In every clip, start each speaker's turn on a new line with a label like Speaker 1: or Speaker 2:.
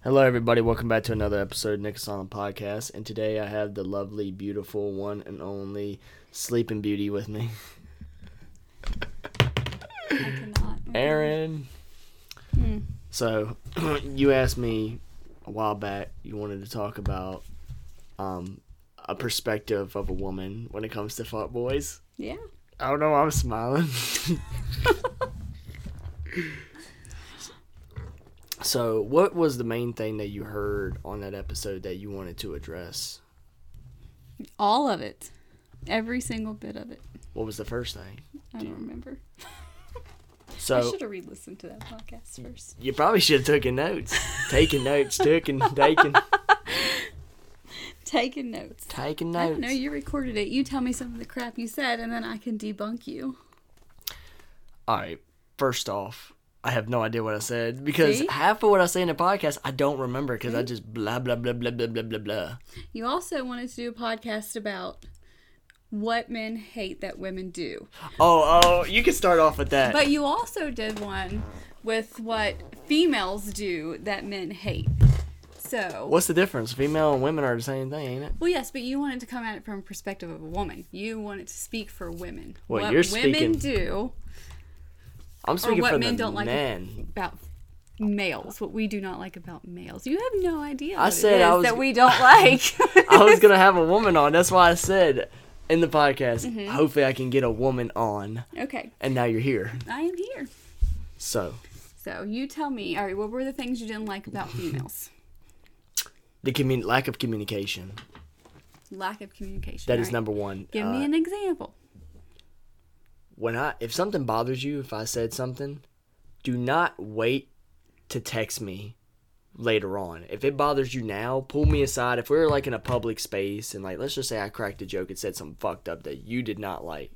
Speaker 1: Hello, everybody. Welcome back to another episode of Nick's on the podcast. And today I have the lovely, beautiful, one and only Sleeping Beauty with me,
Speaker 2: I cannot.
Speaker 1: Aaron.
Speaker 2: Hmm.
Speaker 1: So, you asked me a while back. You wanted to talk about um, a perspective of a woman when it comes to fuck boys.
Speaker 2: Yeah.
Speaker 1: I don't know. why I'm smiling. so, what was the main thing that you heard on that episode that you wanted to address?
Speaker 2: All of it. Every single bit of it.
Speaker 1: What was the first thing?
Speaker 2: I
Speaker 1: Do
Speaker 2: don't
Speaker 1: you-
Speaker 2: remember. I
Speaker 1: So
Speaker 2: should have re listened to that podcast first.
Speaker 1: you probably should have taken notes, taking notes, taking, taking,
Speaker 2: Taking notes.
Speaker 1: taking
Speaker 2: I didn't know
Speaker 1: notes.
Speaker 2: you recorded it. You tell me some of the crap you said, and then I can debunk you.
Speaker 1: All right. First off, I have no idea what I said because
Speaker 2: See?
Speaker 1: half of what I say in the podcast I don't remember because I just blah blah blah blah blah blah blah blah.
Speaker 2: You also wanted to do a podcast about what men hate that women do.
Speaker 1: Oh oh, you can start off with that.
Speaker 2: But you also did one with what females do that men hate. So.
Speaker 1: What's the difference? Female and women are the same thing, ain't it?
Speaker 2: Well, yes, but you wanted to come at it from a perspective of a woman. You wanted to speak for women.
Speaker 1: Well,
Speaker 2: what
Speaker 1: you're speaking-
Speaker 2: women do
Speaker 1: I'm speaking
Speaker 2: what
Speaker 1: for
Speaker 2: men
Speaker 1: the
Speaker 2: don't like-
Speaker 1: men.
Speaker 2: about males, what we do not like about males. You have no idea. what it
Speaker 1: said I
Speaker 2: is
Speaker 1: was-
Speaker 2: that we don't like.
Speaker 1: I was gonna have a woman on. That's why I said in the podcast.
Speaker 2: Mm-hmm.
Speaker 1: Hopefully, I can get a woman on.
Speaker 2: okay,
Speaker 1: And now you're here.
Speaker 2: I am here.
Speaker 1: So
Speaker 2: So you tell me. All right, what were the things you didn't like about females?
Speaker 1: the commun- lack of communication.
Speaker 2: Lack of communication.
Speaker 1: That is
Speaker 2: All right.
Speaker 1: number one.
Speaker 2: Give
Speaker 1: Uh,
Speaker 2: me an example.
Speaker 1: when I if something bothers you, if I said something, do not wait to text me later on. If it bothers you now, pull me aside. If we're like in a public space and like let's just say I cracked a joke and said something fucked up that you did not like.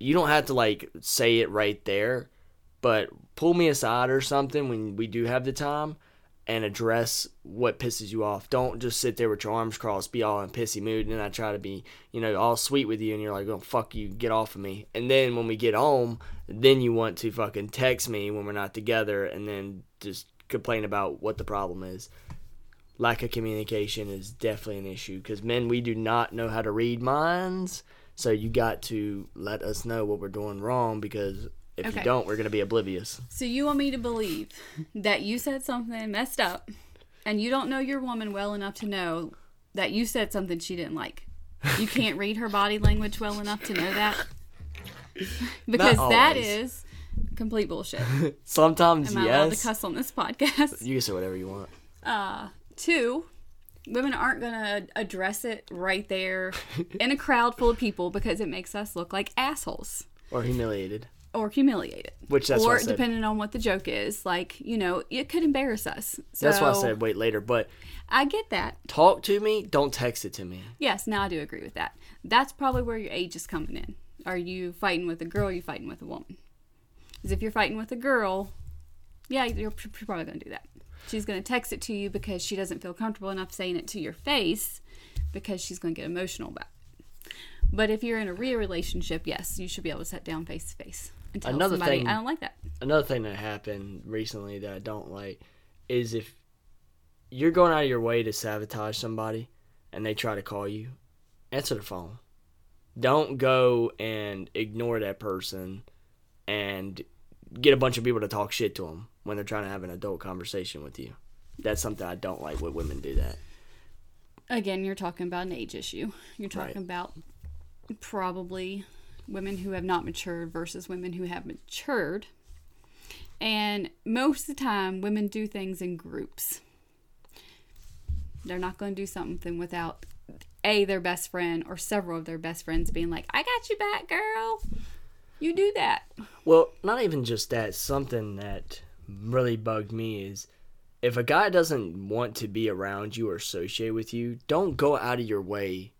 Speaker 1: You don't have to like say it right there, but pull me aside or something when we do have the time and address what pisses you off. Don't just sit there with your arms crossed, be all in pissy mood, and then I try to be, you know, all sweet with you, and you're like, oh, fuck you, get off of me. And then when we get home, then you want to fucking text me when we're not together and then just complain about what the problem is. Lack of communication is definitely an issue because men, we do not know how to read minds. So you got to let us know what we're doing wrong because if
Speaker 2: Okay.
Speaker 1: you don't, we're going to be oblivious.
Speaker 2: So you want me to believe that you said something messed up, and you don't know your woman well enough to know that you said something she didn't like. You can't read her body language well enough to know that. Because that
Speaker 1: always.
Speaker 2: is complete bullshit.
Speaker 1: Sometimes,
Speaker 2: Am I allowed to
Speaker 1: yes.
Speaker 2: cuss on this podcast?
Speaker 1: You can say whatever you want.
Speaker 2: Two, women aren't going to address it right there in a crowd full of people because it makes us look like assholes
Speaker 1: Or humiliated.
Speaker 2: or humiliated.
Speaker 1: Which that's
Speaker 2: or
Speaker 1: what I said.
Speaker 2: depending on what the joke is, like you know, it could embarrass us. So
Speaker 1: That's why I said wait later. But
Speaker 2: I get that.
Speaker 1: talk to me, don't text it to me.
Speaker 2: Yes, now I do agree with that. That's probably where your age is coming in. Are you fighting with a girl? Are you fighting with a woman? Because if you're fighting with a girl, yeah, you're p- p- probably going to do that. She's going to text it to you because she doesn't feel comfortable enough saying it to your face because she's going to get emotional about it. But if you're in a real relationship, yes, you should be able to sit down face to face and tell
Speaker 1: Another
Speaker 2: somebody,
Speaker 1: thing-
Speaker 2: I don't like that.
Speaker 1: Another thing that happened recently that I don't like is if you're going out of your way to sabotage somebody and they try to call you, answer the phone. Don't go and ignore that person and get a bunch of people to talk shit to them when they're trying to have an adult conversation with you. That's something I don't like when women do that.
Speaker 2: again, you're talking about an age issue. You're talking about probably women who have not matured versus women who have matured. And most of the time, women do things in groups. They're not going to do something without a their best friend or several of their best friends being like, "I got you back, girl. You do that."
Speaker 1: Well, not even just that. Something that really bugged me is if a guy doesn't want to be around you or associate with you, don't go out of your way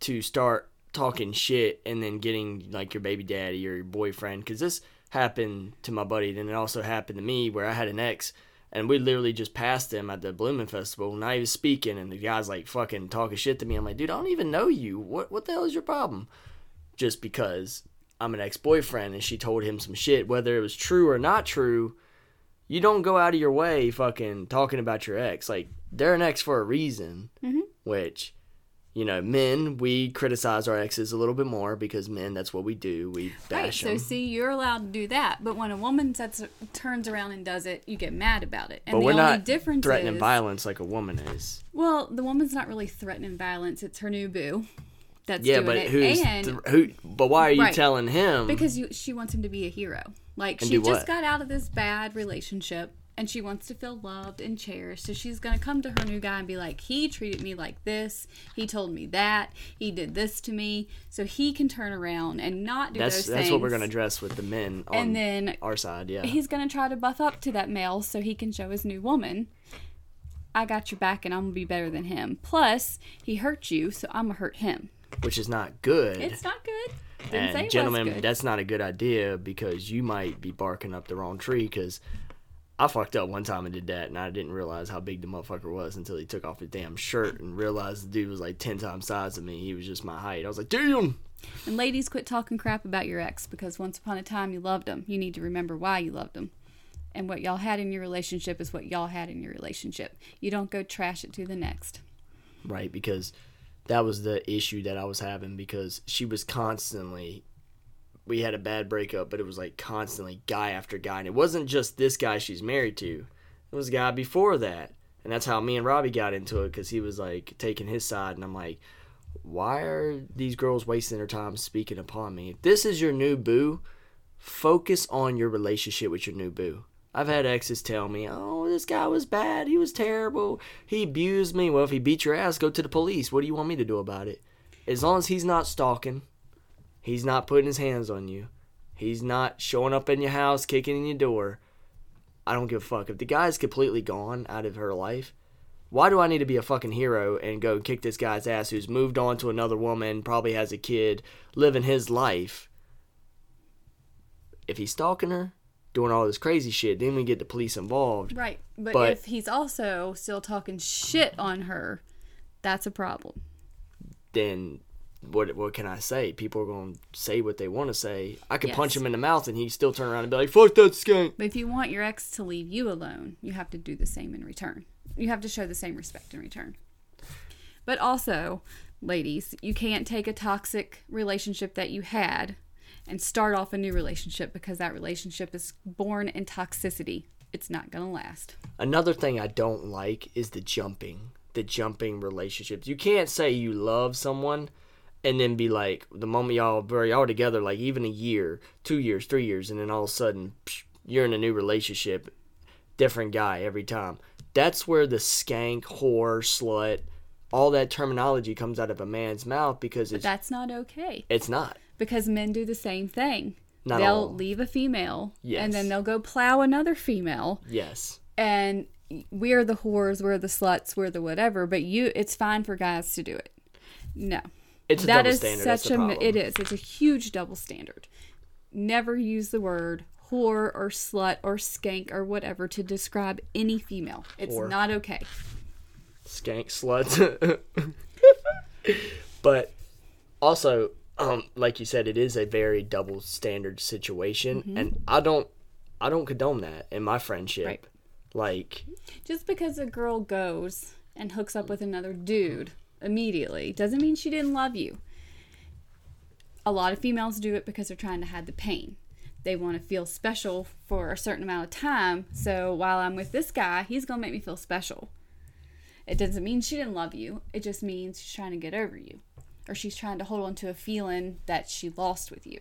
Speaker 1: to start talking shit and then getting like your baby daddy or your boyfriend because this happened to my buddy then it also happened to me where i had an ex and we literally just passed him at the blooming festival and i was speaking and the guy's like fucking talking shit to me i'm like dude i don't even know you what what the hell is your problem just because i'm an ex-boyfriend and she told him some shit whether it was true or not true you don't go out of your way fucking talking about your ex. Like they're an ex for a reason,
Speaker 2: Mhm.
Speaker 1: which you know, men we criticize our exes a little bit more because men that's what we do. We
Speaker 2: Right.
Speaker 1: bash
Speaker 2: So
Speaker 1: them.
Speaker 2: see, you're allowed to do that, but when a woman sets, turns around and does it, you get mad about it. And
Speaker 1: but
Speaker 2: the
Speaker 1: we're
Speaker 2: only
Speaker 1: not
Speaker 2: difference
Speaker 1: threatening
Speaker 2: is,
Speaker 1: violence like a woman is.
Speaker 2: Well, the woman's not really threatening violence. It's her new boo that's
Speaker 1: Yeah,
Speaker 2: doing
Speaker 1: but
Speaker 2: it,
Speaker 1: who's
Speaker 2: and
Speaker 1: th- who? But why are you
Speaker 2: Right.
Speaker 1: telling him?
Speaker 2: because you, she wants him to be a hero. Like
Speaker 1: And
Speaker 2: she
Speaker 1: do
Speaker 2: just
Speaker 1: what?
Speaker 2: got out of this bad relationship, and she wants to feel loved and cherished. So she's gonna come to her new guy and be like, "He treated me like this. He told me that. He did this to me." So he can turn around and not do
Speaker 1: that's
Speaker 2: those
Speaker 1: that's
Speaker 2: things.
Speaker 1: what we're gonna address with the men on
Speaker 2: And then
Speaker 1: our side. Yeah,
Speaker 2: he's gonna try to buff up to that male so he can show his new woman i got your back and i'm gonna be better than him plus he hurt you so i'm gonna hurt him
Speaker 1: which is not good.
Speaker 2: it's not good Didn't say it
Speaker 1: and
Speaker 2: was
Speaker 1: gentlemen,
Speaker 2: good.
Speaker 1: that's not a good idea because you might be barking up the wrong tree. Because I fucked up one time and did that, and I didn't realize how big the motherfucker was until he took off his damn shirt and realized the dude was like ten times size of me. He was just my height. I was like, damn.
Speaker 2: and ladies quit talking crap about your ex because once upon a time you loved him you need to remember why you loved him and what y'all had in your relationship is what y'all had in your relationship you don't go trash it to the next
Speaker 1: right because that was the issue that i was having because she was constantly we had a bad breakup but it was like constantly guy after guy and it wasn't just this guy she's married to it was a guy before that and that's how me and robbie got into it because he was like taking his side and i'm like why are these girls wasting their time speaking upon me if this is your new boo focus on your relationship with your new boo. I've had exes tell me, oh, this guy was bad. He was terrible. He abused me. Well, if he beat your ass, go to the police. What do you want me to do about it? As long as he's not stalking, he's not putting his hands on you, he's not showing up in your house, kicking in your door, I don't give a fuck. If the guy's completely gone out of her life, why do I need to be a fucking hero and go kick this guy's ass who's moved on to another woman, probably has a kid, living his life? If he's stalking her, doing all this crazy shit, then we get the police involved.
Speaker 2: right but,
Speaker 1: But-
Speaker 2: if he's also still talking shit on her that's a problem
Speaker 1: Then what what can I say? People are gonna say what they want to say. I could
Speaker 2: Yes.
Speaker 1: punch him in the mouth and he'd still turn around and be like, "Fuck that skank."
Speaker 2: But if you want your ex to leave you alone, you have to do the same in return. You have to show the same respect in return. But also, ladies, you can't take a toxic relationship that you had and start off a new relationship because that relationship is born in toxicity. It's not going to last.
Speaker 1: Another thing I don't like is the jumping, the jumping relationships. You can't say you love someone and then be like, the moment y'all were y'all together, like even a year, two years, three years, and then all of a sudden psh, you're in a new relationship, different guy every time. That's where the skank, whore, slut, all that terminology comes out of a man's mouth because it's
Speaker 2: That's not okay
Speaker 1: it's not.
Speaker 2: because men do the same thing.
Speaker 1: Not
Speaker 2: they'll
Speaker 1: all.
Speaker 2: leave a female
Speaker 1: Yes.
Speaker 2: and then they'll go plow another female
Speaker 1: Yes.
Speaker 2: and we're the whores, we're the sluts, we're the whatever. But you, it's fine for guys to do it. No,
Speaker 1: It's a
Speaker 2: that
Speaker 1: double
Speaker 2: is
Speaker 1: standard. That's
Speaker 2: such
Speaker 1: the
Speaker 2: a mi-
Speaker 1: problem.
Speaker 2: it is it's a huge double standard. Never use the word whore or slut or skank or whatever to describe any female. It's
Speaker 1: Whore.
Speaker 2: not okay.
Speaker 1: skank slut. but also, um, like you said, it is a very double standard situation,
Speaker 2: Mm-hmm.
Speaker 1: and I don't, I don't condone that in my friendship.
Speaker 2: Right.
Speaker 1: Like,
Speaker 2: Just because a girl goes and hooks up with another dude immediately doesn't mean she didn't love you. A lot of females do it because they're trying to hide the pain. They want to feel special for a certain amount of time. So while I'm with this guy, he's going to make me feel special. It doesn't mean she didn't love you. It just means she's trying to get over you. Or she's trying to hold on to a feeling that she lost with you.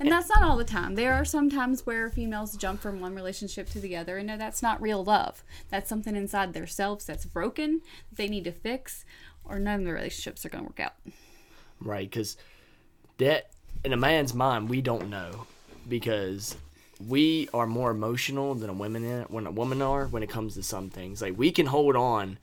Speaker 2: And that's not all the time. There are some times where females jump from one relationship to the other. And no, that's not real love. That's something inside themselves that's broken, that they need to fix, or none of the relationships are going to work out.
Speaker 1: right? Because that in a man's mind, we don't know because we are more emotional than a woman eh, when a woman are when it comes to some things. Like we can hold on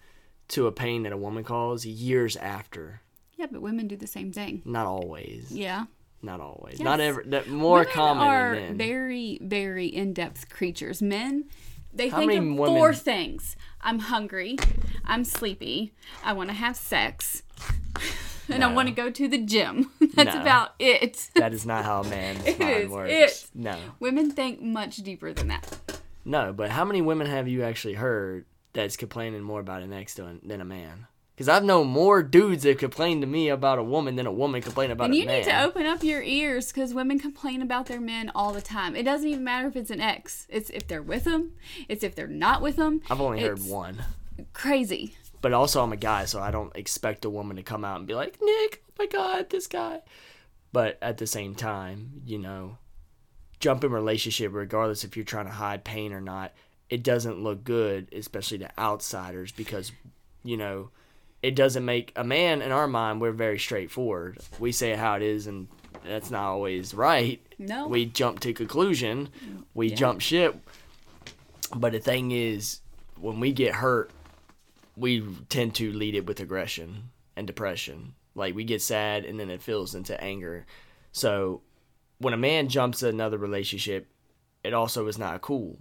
Speaker 1: to a pain that a woman caused years after.
Speaker 2: Yeah, but women do the same thing.
Speaker 1: Not always.
Speaker 2: Yeah.
Speaker 1: Not always. Not
Speaker 2: Yes.
Speaker 1: ever. That more
Speaker 2: women
Speaker 1: common.
Speaker 2: are
Speaker 1: than men.
Speaker 2: very, very in depth creatures. Men, they
Speaker 1: How
Speaker 2: think of
Speaker 1: many women-
Speaker 2: four things I'm hungry, I'm sleepy, I want to have sex, and I
Speaker 1: No.
Speaker 2: want to go to the gym. That's
Speaker 1: No.
Speaker 2: about it.
Speaker 1: That is not how a man's mind
Speaker 2: is
Speaker 1: works.
Speaker 2: it.
Speaker 1: No.
Speaker 2: Women think much deeper than that.
Speaker 1: No, but how many women have you actually heard that's complaining more about an ex than than a man? Because I've known more dudes that complain to me about a woman than a woman complain about
Speaker 2: And
Speaker 1: a
Speaker 2: you
Speaker 1: man.
Speaker 2: need to open up your ears because women complain about their men all the time. It doesn't even matter if it's an ex. It's if they're with them. It's if they're not with them.
Speaker 1: I've only heard
Speaker 2: It's
Speaker 1: one.
Speaker 2: Crazy.
Speaker 1: But also, I'm a guy, so I don't expect a woman to come out and be like, Nick, oh my God, this guy. But at the same time, you know, jump in relationship, regardless if you're trying to hide pain or not, it doesn't look good, especially to outsiders, because, you know, it doesn't make a man in our mind, we're very straightforward. We say it how it is, and that's not always right.
Speaker 2: No.
Speaker 1: We jump to conclusion, we jump ship. But the thing is, when we get hurt, we tend to lead it with aggression and depression. Like we get sad and then it fills into anger. So when a man jumps another relationship, it also is not cool.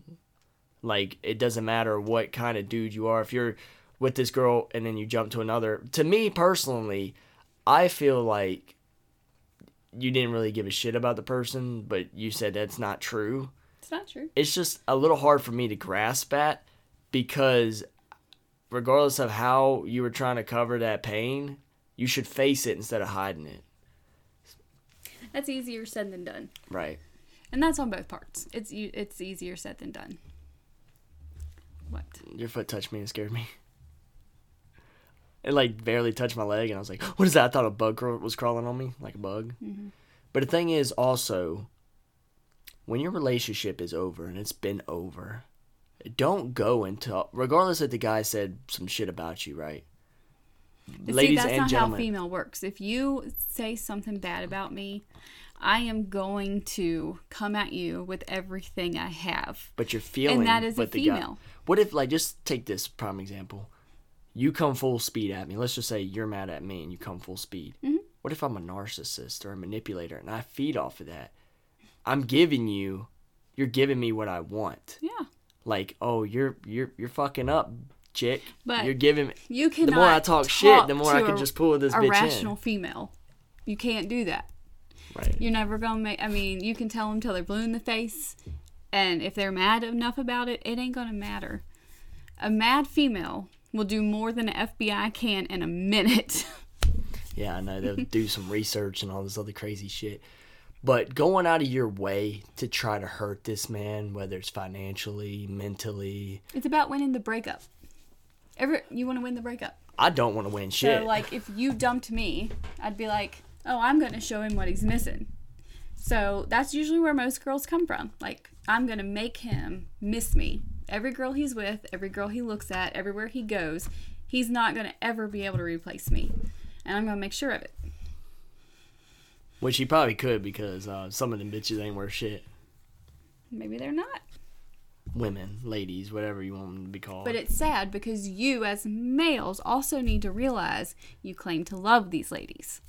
Speaker 1: Like it doesn't matter what kind of dude you are. If you're with this girl and then you jump to another, to me personally, I feel like you didn't really give a shit about the person, but you said that's not true
Speaker 2: It's not true.
Speaker 1: it's just a little hard for me to grasp at because regardless of how you were trying to cover that pain, you should face it instead of hiding it.
Speaker 2: That's easier said than done.
Speaker 1: Right.
Speaker 2: And that's on both parts. It's e- it's easier said than done. What?
Speaker 1: Your foot touched me and scared me. It like barely touched my leg, and I was like, "What is that?" I thought a bug crawl- was crawling on me, like a bug.
Speaker 2: Mm-hmm.
Speaker 1: But the thing is, also, when your relationship is over and it's been over, don't go until, regardless if the guy said some shit about you, right?
Speaker 2: But See, that's not how female works. If you say something bad about me, I am going to come at you with everything I have.
Speaker 1: but you're feeling
Speaker 2: that is a
Speaker 1: with the Guy.
Speaker 2: female.
Speaker 1: What if like just take this prime example? You come full speed at me. Let's just say you're mad at me and you come full speed.
Speaker 2: Mm-hmm.
Speaker 1: What if I'm a narcissist or a manipulator and I feed off of that? I'm giving you, you're giving me what I want.
Speaker 2: Yeah.
Speaker 1: Like, oh, you're you're you're fucking up, chick.
Speaker 2: But
Speaker 1: you're giving.
Speaker 2: You
Speaker 1: The
Speaker 2: cannot.
Speaker 1: more I talk, shit, the more I
Speaker 2: to
Speaker 1: can
Speaker 2: a-
Speaker 1: just pull this
Speaker 2: a
Speaker 1: bitch
Speaker 2: rational female. You can't do that.
Speaker 1: in. Right.
Speaker 2: You're never gonna make. I mean, you can tell them till they're blue in the face, and if they're mad enough about it, it ain't gonna matter. A mad female will do more than an FBI can in a minute.
Speaker 1: Yeah, I know. They'll do some research and all this other crazy shit. But going out of your way to try to hurt this man, whether it's financially, mentally,
Speaker 2: it's about winning the breakup. Ever you want to win the breakup?
Speaker 1: I don't want to win
Speaker 2: So
Speaker 1: shit.
Speaker 2: like, if you dumped me, I'd be like, oh, I'm gonna show him what he's missing. So that's usually where most girls come from. Like, I'm gonna make him miss me. Every girl he's with, every girl he looks at, everywhere he goes, he's not gonna ever be able to replace me, and I'm gonna make sure of it.
Speaker 1: Which he probably could because uh, some of them bitches ain't worth shit.
Speaker 2: Maybe they're not.
Speaker 1: Women, ladies, whatever you want them to be called.
Speaker 2: But it's sad because you, as males, also need to realize you claim to love these ladies.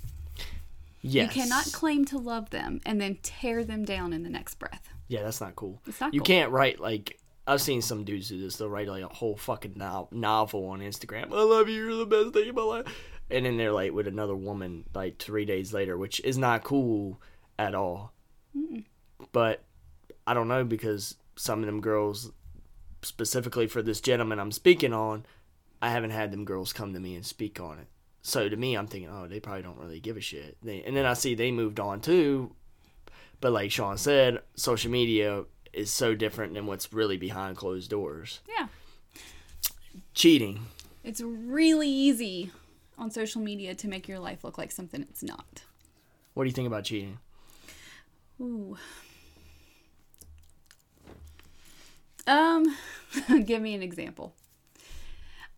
Speaker 1: yes.
Speaker 2: You cannot claim to love them and then tear them down in the next breath.
Speaker 1: Yeah, that's not cool.
Speaker 2: It's not
Speaker 1: you
Speaker 2: cool.
Speaker 1: can't write like I've seen some dudes do this. They'll write like a whole fucking no- novel on Instagram. I love you. You're the best thing in my life. And then they're like with another woman like three days later, which is not cool at all. But I don't know because some of them girls, specifically for this gentleman I'm speaking on, I haven't had them girls come to me and speak on it. So to me, I'm thinking, oh, they probably don't really give a shit. They, and then I see they moved on too, but like Sean said, social media is so different than what's really behind closed doors.
Speaker 2: Yeah.
Speaker 1: Cheating.
Speaker 2: It's really easy on social media to make your life look like something it's not.
Speaker 1: What do you think about cheating?
Speaker 2: Ooh. Um, give me an example.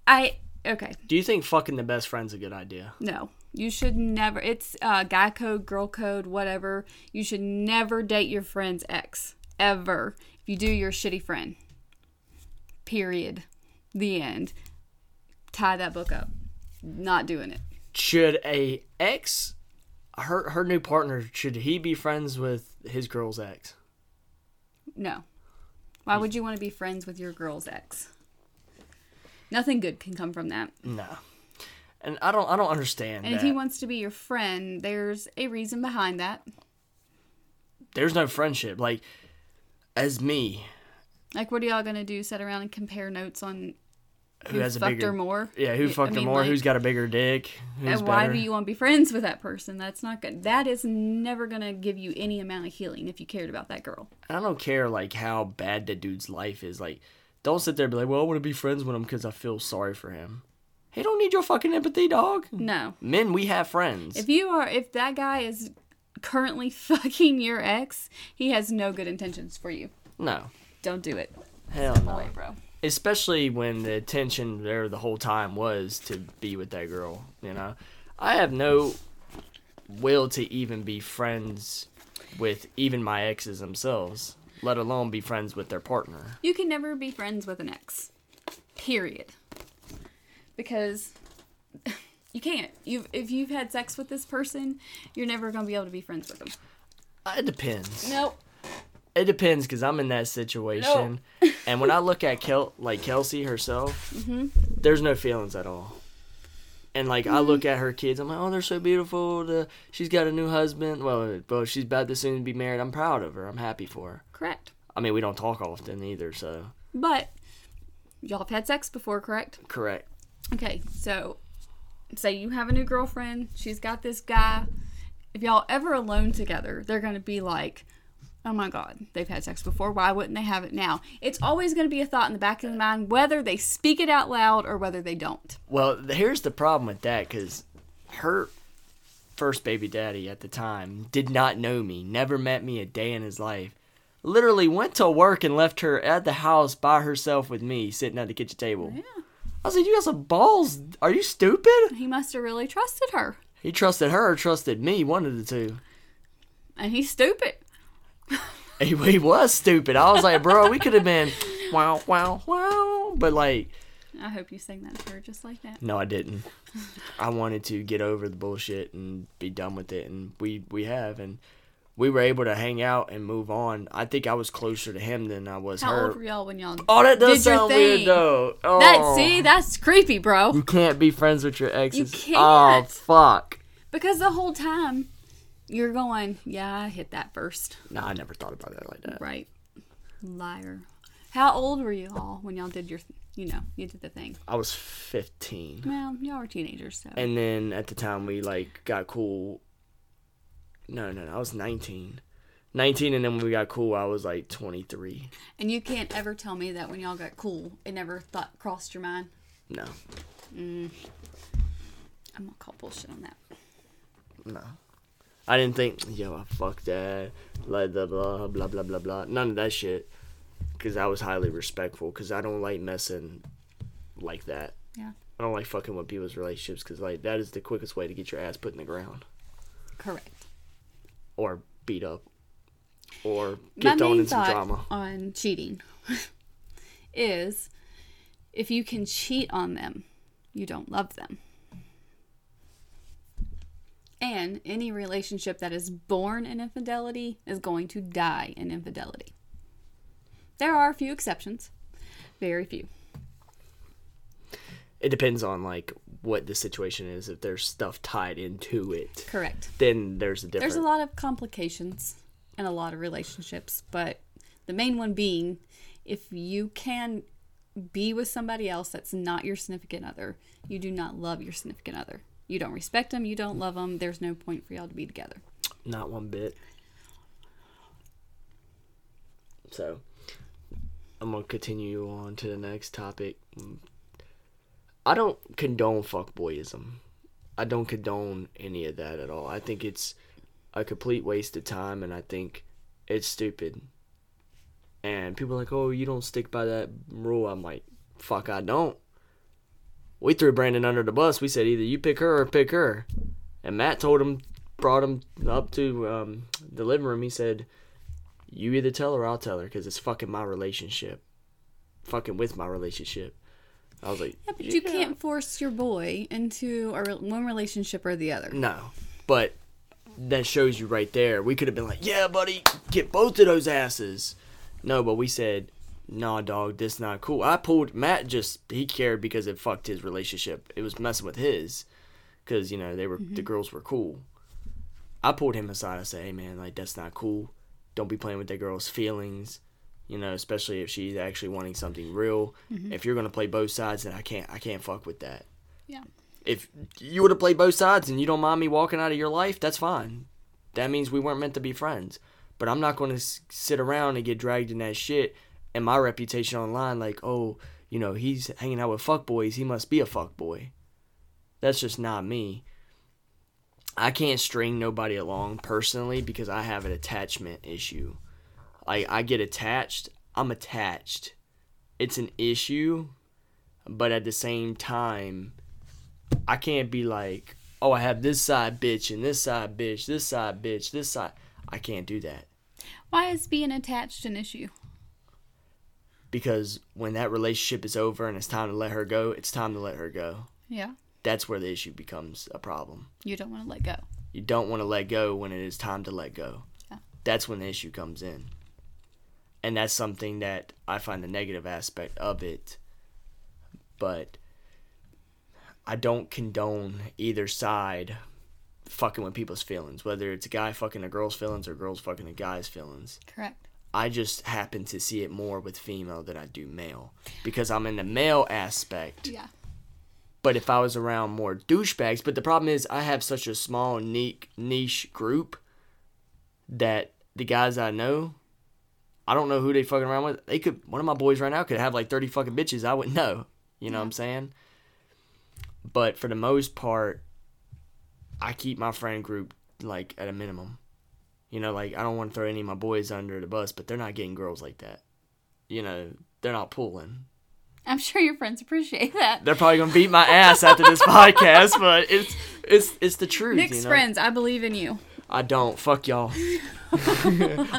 Speaker 2: I okay,
Speaker 1: Do you think fucking the best friend's a good idea?
Speaker 2: no. You should never it's uh guy code, girl code, whatever. You should never date your friend's ex ever. If you do, you're a shitty friend. Period. The end. Tie that book up. Not doing it.
Speaker 1: Should a ex, her her new partner, should he be friends with his girl's ex?
Speaker 2: No. Why would you want to be friends with your girl's ex? Nothing good can come from that.
Speaker 1: No. And I don't I don't understand
Speaker 2: And if
Speaker 1: that.
Speaker 2: he wants to be your friend, there's a reason behind that.
Speaker 1: There's no friendship. Like as me,
Speaker 2: Like, what are y'all gonna do? Sit around and compare notes on
Speaker 1: Who has a
Speaker 2: fucked
Speaker 1: bigger-
Speaker 2: her more?
Speaker 1: Yeah, who
Speaker 2: I
Speaker 1: fucked her
Speaker 2: mean,
Speaker 1: more?
Speaker 2: like,
Speaker 1: who's got a bigger dick? Who's
Speaker 2: and why
Speaker 1: better?
Speaker 2: do you want to be friends with that person? That's not good. That is never gonna give you any amount of healing if you cared about that girl.
Speaker 1: I don't care like how bad the dude's life is. Like, don't sit there and be like, "Well, I want to be friends with him because I feel sorry for him." He don't need your fucking empathy, dog.
Speaker 2: No.
Speaker 1: Men, we have friends.
Speaker 2: If you are, if that guy is currently fucking your ex, he has no good intentions for you.
Speaker 1: no,
Speaker 2: Don't do it.
Speaker 1: hell no.
Speaker 2: Away, bro.
Speaker 1: especially when the attention there the whole time was to be with that girl you know i have no will to even be friends with even my exes themselves let alone be friends with their partner
Speaker 2: You can never be friends with an ex. Period. Because you can't. You if you've had sex with this person, you're never gonna be able to be friends with them.
Speaker 1: it depends
Speaker 2: Nope.
Speaker 1: it depends because i'm in that situation and when i look at Kel- like kelsey herself there's no feelings at all and like I look at her kids, I'm like, oh, they're so beautiful. The, she's got a new husband. Well, well, she's about to soon be married. I'm proud of her. I'm happy for her.
Speaker 2: Correct.
Speaker 1: I mean, we don't talk often either, so
Speaker 2: But y'all have had sex before, correct?
Speaker 1: correct.
Speaker 2: Okay, so say you have a new girlfriend, she's got this guy. If y'all ever alone together, they're gonna be like, Oh my god, they've had sex before, why wouldn't they have it now? It's always gonna be a thought in the back of the mind, whether they speak it out loud or whether they don't.
Speaker 1: Well, th- here's the problem with that because her first baby daddy at the time did not know me, never met me a day in his life. Literally went to work and left her at the house by herself with me, sitting at the kitchen table. Yeah. I said, "You got some balls? Are you stupid?"
Speaker 2: He must have really trusted her.
Speaker 1: He trusted her, or trusted me, one of the two.
Speaker 2: And he's stupid.
Speaker 1: He, he was stupid. I was like, "Bro, we could have been wow, wow, wow," but like.
Speaker 2: I hope you sang that to her just like that.
Speaker 1: No, I didn't. I wanted to get over the bullshit and be done with it, and we we have, and we were able to hang out and move on. I think I was closer to him than I was
Speaker 2: How
Speaker 1: her.
Speaker 2: old were y'all when y'all
Speaker 1: Oh, that does
Speaker 2: did your
Speaker 1: sound
Speaker 2: thing?
Speaker 1: weird though. Oh.
Speaker 2: That see, that's creepy, bro.
Speaker 1: you can't be friends with your exes. Oh
Speaker 2: can't.
Speaker 1: fuck.
Speaker 2: Because the whole time you're going, Yeah, I hit that first.
Speaker 1: No, I never thought about that like that.
Speaker 2: Right. Liar. How old were you all when y'all did your, you know, you did the thing?
Speaker 1: I was fifteen,
Speaker 2: Well, y'all were teenagers, so.
Speaker 1: and then at the time we like got cool. No, no, no. I was nineteen. 19 and then when we got cool I was like 23.
Speaker 2: And you can't ever tell me that when y'all got cool, it never thought crossed your mind.
Speaker 1: No.
Speaker 2: I'm gonna call bullshit on that.
Speaker 1: No. I didn't think, yo, I fucked that, blah, blah, blah, blah, blah, blah, blah. None of that shit. Because I was highly respectful, because I don't like messing like that.
Speaker 2: Yeah.
Speaker 1: I don't like fucking with people's relationships, because, like, that is the quickest way to get your ass put in the ground.
Speaker 2: Correct.
Speaker 1: Or beat up. Or get
Speaker 2: My
Speaker 1: thrown
Speaker 2: main
Speaker 1: in some
Speaker 2: thought
Speaker 1: drama.
Speaker 2: on cheating is if you can cheat on them, you don't love them. And any relationship that is born in infidelity is going to die in infidelity. There are a few exceptions, very few.
Speaker 1: It depends on, like, what the situation is. If there's stuff tied into it,
Speaker 2: Correct.
Speaker 1: then there's a difference.
Speaker 2: There's a lot of complications in a lot of relationships, but the main one being if you can be with somebody else that's not your significant other, you do not love your significant other. You don't respect them, you don't love them, there's no point for y'all to be together.
Speaker 1: Not one bit. So, I'm gonna continue on to the next topic. I don't condone fuckboyism. I don't condone any of that at all. I think it's a complete waste of time, and I think it's stupid. And people are like, "Oh, you don't stick by that rule." I'm like, "Fuck, I don't." We threw Brandon under the bus. We said either you pick her or pick her. And Matt told him, brought him up to um, the living room. He said, "You either tell her, I'll tell her, because it's fucking my relationship, fucking with my relationship." I was like,
Speaker 2: Yeah, but you can't force your boy into a re- one relationship or the other.
Speaker 1: No, but that shows you right there. We could have been like, "Yeah, buddy, get both of those asses." No, but we said, "Nah, dog, this not cool." I pulled Matt. Just he cared because it fucked his relationship. It was messing with his, because you know they were the girls were cool. I pulled him aside. I said, "Hey, man, like that's not cool. Don't be playing with that girl's feelings. You know, especially if she's actually wanting something real. If you're gonna play both sides, then I can't I can't fuck with that.
Speaker 2: Yeah.
Speaker 1: If you would have played both sides and you don't mind me walking out of your life, that's fine. That means we weren't meant to be friends. But I'm not gonna s- sit around and get dragged in that shit and my reputation online like, oh, you know, he's hanging out with fuckboys. He must be a fuckboy. That's just not me. I can't string nobody along personally because I have an attachment issue. I I get attached. I'm attached. It's an issue, but at the same time, I can't be like, oh, I have this side bitch and this side bitch, this side bitch, this side. I can't do that
Speaker 2: Why is being attached an issue?
Speaker 1: because when that relationship is over and it's time to let her go, it's time to let her go.
Speaker 2: Yeah.
Speaker 1: That's where the issue becomes a problem.
Speaker 2: You don't want to let go.
Speaker 1: You don't want to let go when it is time to let go.
Speaker 2: Yeah.
Speaker 1: That's when the issue comes in. And that's something that I find the negative aspect of it. But I don't condone either side fucking with people's feelings, whether it's a guy fucking a girl's feelings or girls fucking a guy's feelings.
Speaker 2: Correct.
Speaker 1: I just happen to see it more with female than I do male because I'm in the male aspect.
Speaker 2: Yeah.
Speaker 1: But if I was around more douchebags, but the problem is I have such a small niche niche group that the guys I know, I don't know who they fucking around with. They could one of my boys right now could have like thirty fucking bitches. I wouldn't know. You know what I'm saying? But for the most part, I keep my friend group like at a minimum. You know, like I don't want to throw any of my boys under the bus, but they're not getting girls like that. You know, they're not pulling.
Speaker 2: I'm sure your friends appreciate that.
Speaker 1: They're probably gonna beat my ass after this podcast, but it's it's it's the truth.
Speaker 2: Nick's
Speaker 1: you know?
Speaker 2: friends, I believe in you.
Speaker 1: I don't. Fuck y'all.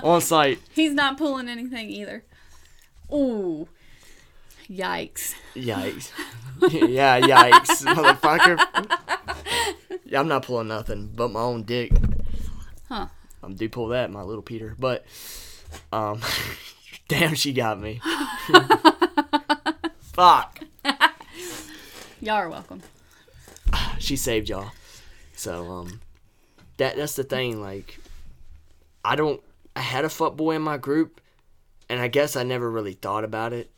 Speaker 1: On site.
Speaker 2: He's not pulling anything either. Ooh. Yikes.
Speaker 1: Yikes. yeah, yikes, motherfucker. Yeah, I'm not pulling nothing but my own dick.
Speaker 2: Huh.
Speaker 1: I do pull that, my little Peter. But um damn she got me. Fuck.
Speaker 2: Y'all are welcome.
Speaker 1: she saved y'all. So um, that that's the thing. Like, I don't. I had a fuckboy in my group, and I guess I never really thought about it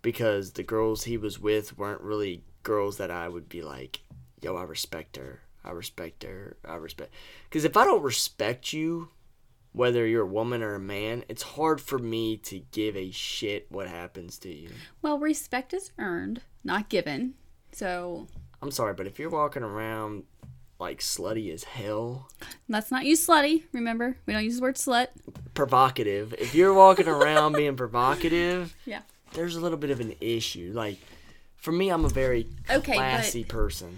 Speaker 1: because the girls he was with weren't really girls that I would be like, yo, I respect her. I respect her. I respect. Because if I don't respect you, whether you're a woman or a man, it's hard for me to give a shit what happens to you.
Speaker 2: Well, respect is earned, not given. So
Speaker 1: I'm sorry, but if you're walking around like slutty as hell,
Speaker 2: let's not use slutty. Remember, we don't use the word slut.
Speaker 1: provocative. If you're walking around being provocative,
Speaker 2: Yeah.
Speaker 1: there's a little bit of an issue. Like for me, I'm a very
Speaker 2: Okay, but-
Speaker 1: classy person.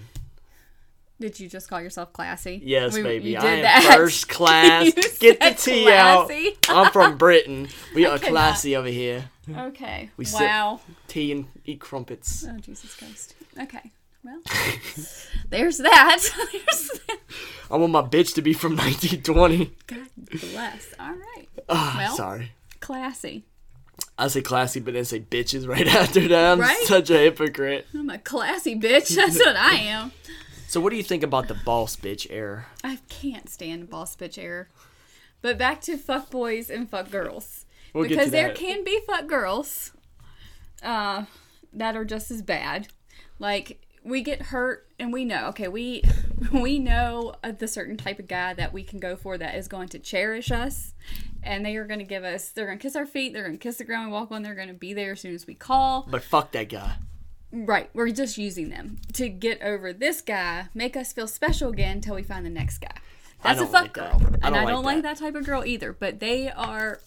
Speaker 2: Did you just call yourself classy?
Speaker 1: Yes,
Speaker 2: We-
Speaker 1: baby.
Speaker 2: You did
Speaker 1: I am
Speaker 2: that.
Speaker 1: first class.
Speaker 2: You
Speaker 1: Get the
Speaker 2: said
Speaker 1: tea
Speaker 2: classy.
Speaker 1: out. I'm from Britain. We are
Speaker 2: cannot.
Speaker 1: classy over here.
Speaker 2: Okay.
Speaker 1: We sit-
Speaker 2: wow.
Speaker 1: Tea and eat crumpets.
Speaker 2: Oh Jesus Christ. Okay. Well, there's that. there's that.
Speaker 1: I want my bitch to be from 1920.
Speaker 2: God bless. All right.
Speaker 1: Ah,
Speaker 2: Well.
Speaker 1: sorry.
Speaker 2: Classy.
Speaker 1: I say classy, but then say bitches right after that. I'm
Speaker 2: Right?
Speaker 1: such a hypocrite.
Speaker 2: I'm a classy bitch. That's what I am.
Speaker 1: So, what do you think about the boss bitch error?
Speaker 2: I can't stand boss bitch error. But back to fuck boys and fuck girls.
Speaker 1: We'll get
Speaker 2: because
Speaker 1: to
Speaker 2: there
Speaker 1: that.
Speaker 2: can be fuck girls uh, that are just as bad. Like we get hurt and we know, okay, we we know of the certain type of guy that we can go for that is going to cherish us and they are going to give us they're going to kiss our feet, they're going to kiss the ground we walk on, they're going to be there as soon as we call.
Speaker 1: But fuck that guy.
Speaker 2: Right, we're just using them to get over this guy, make us feel special again until we find the next guy. That's a
Speaker 1: don't
Speaker 2: fuck
Speaker 1: like that. I
Speaker 2: girl,
Speaker 1: don't
Speaker 2: and I
Speaker 1: like
Speaker 2: don't like
Speaker 1: that.
Speaker 2: that type of girl either. But they are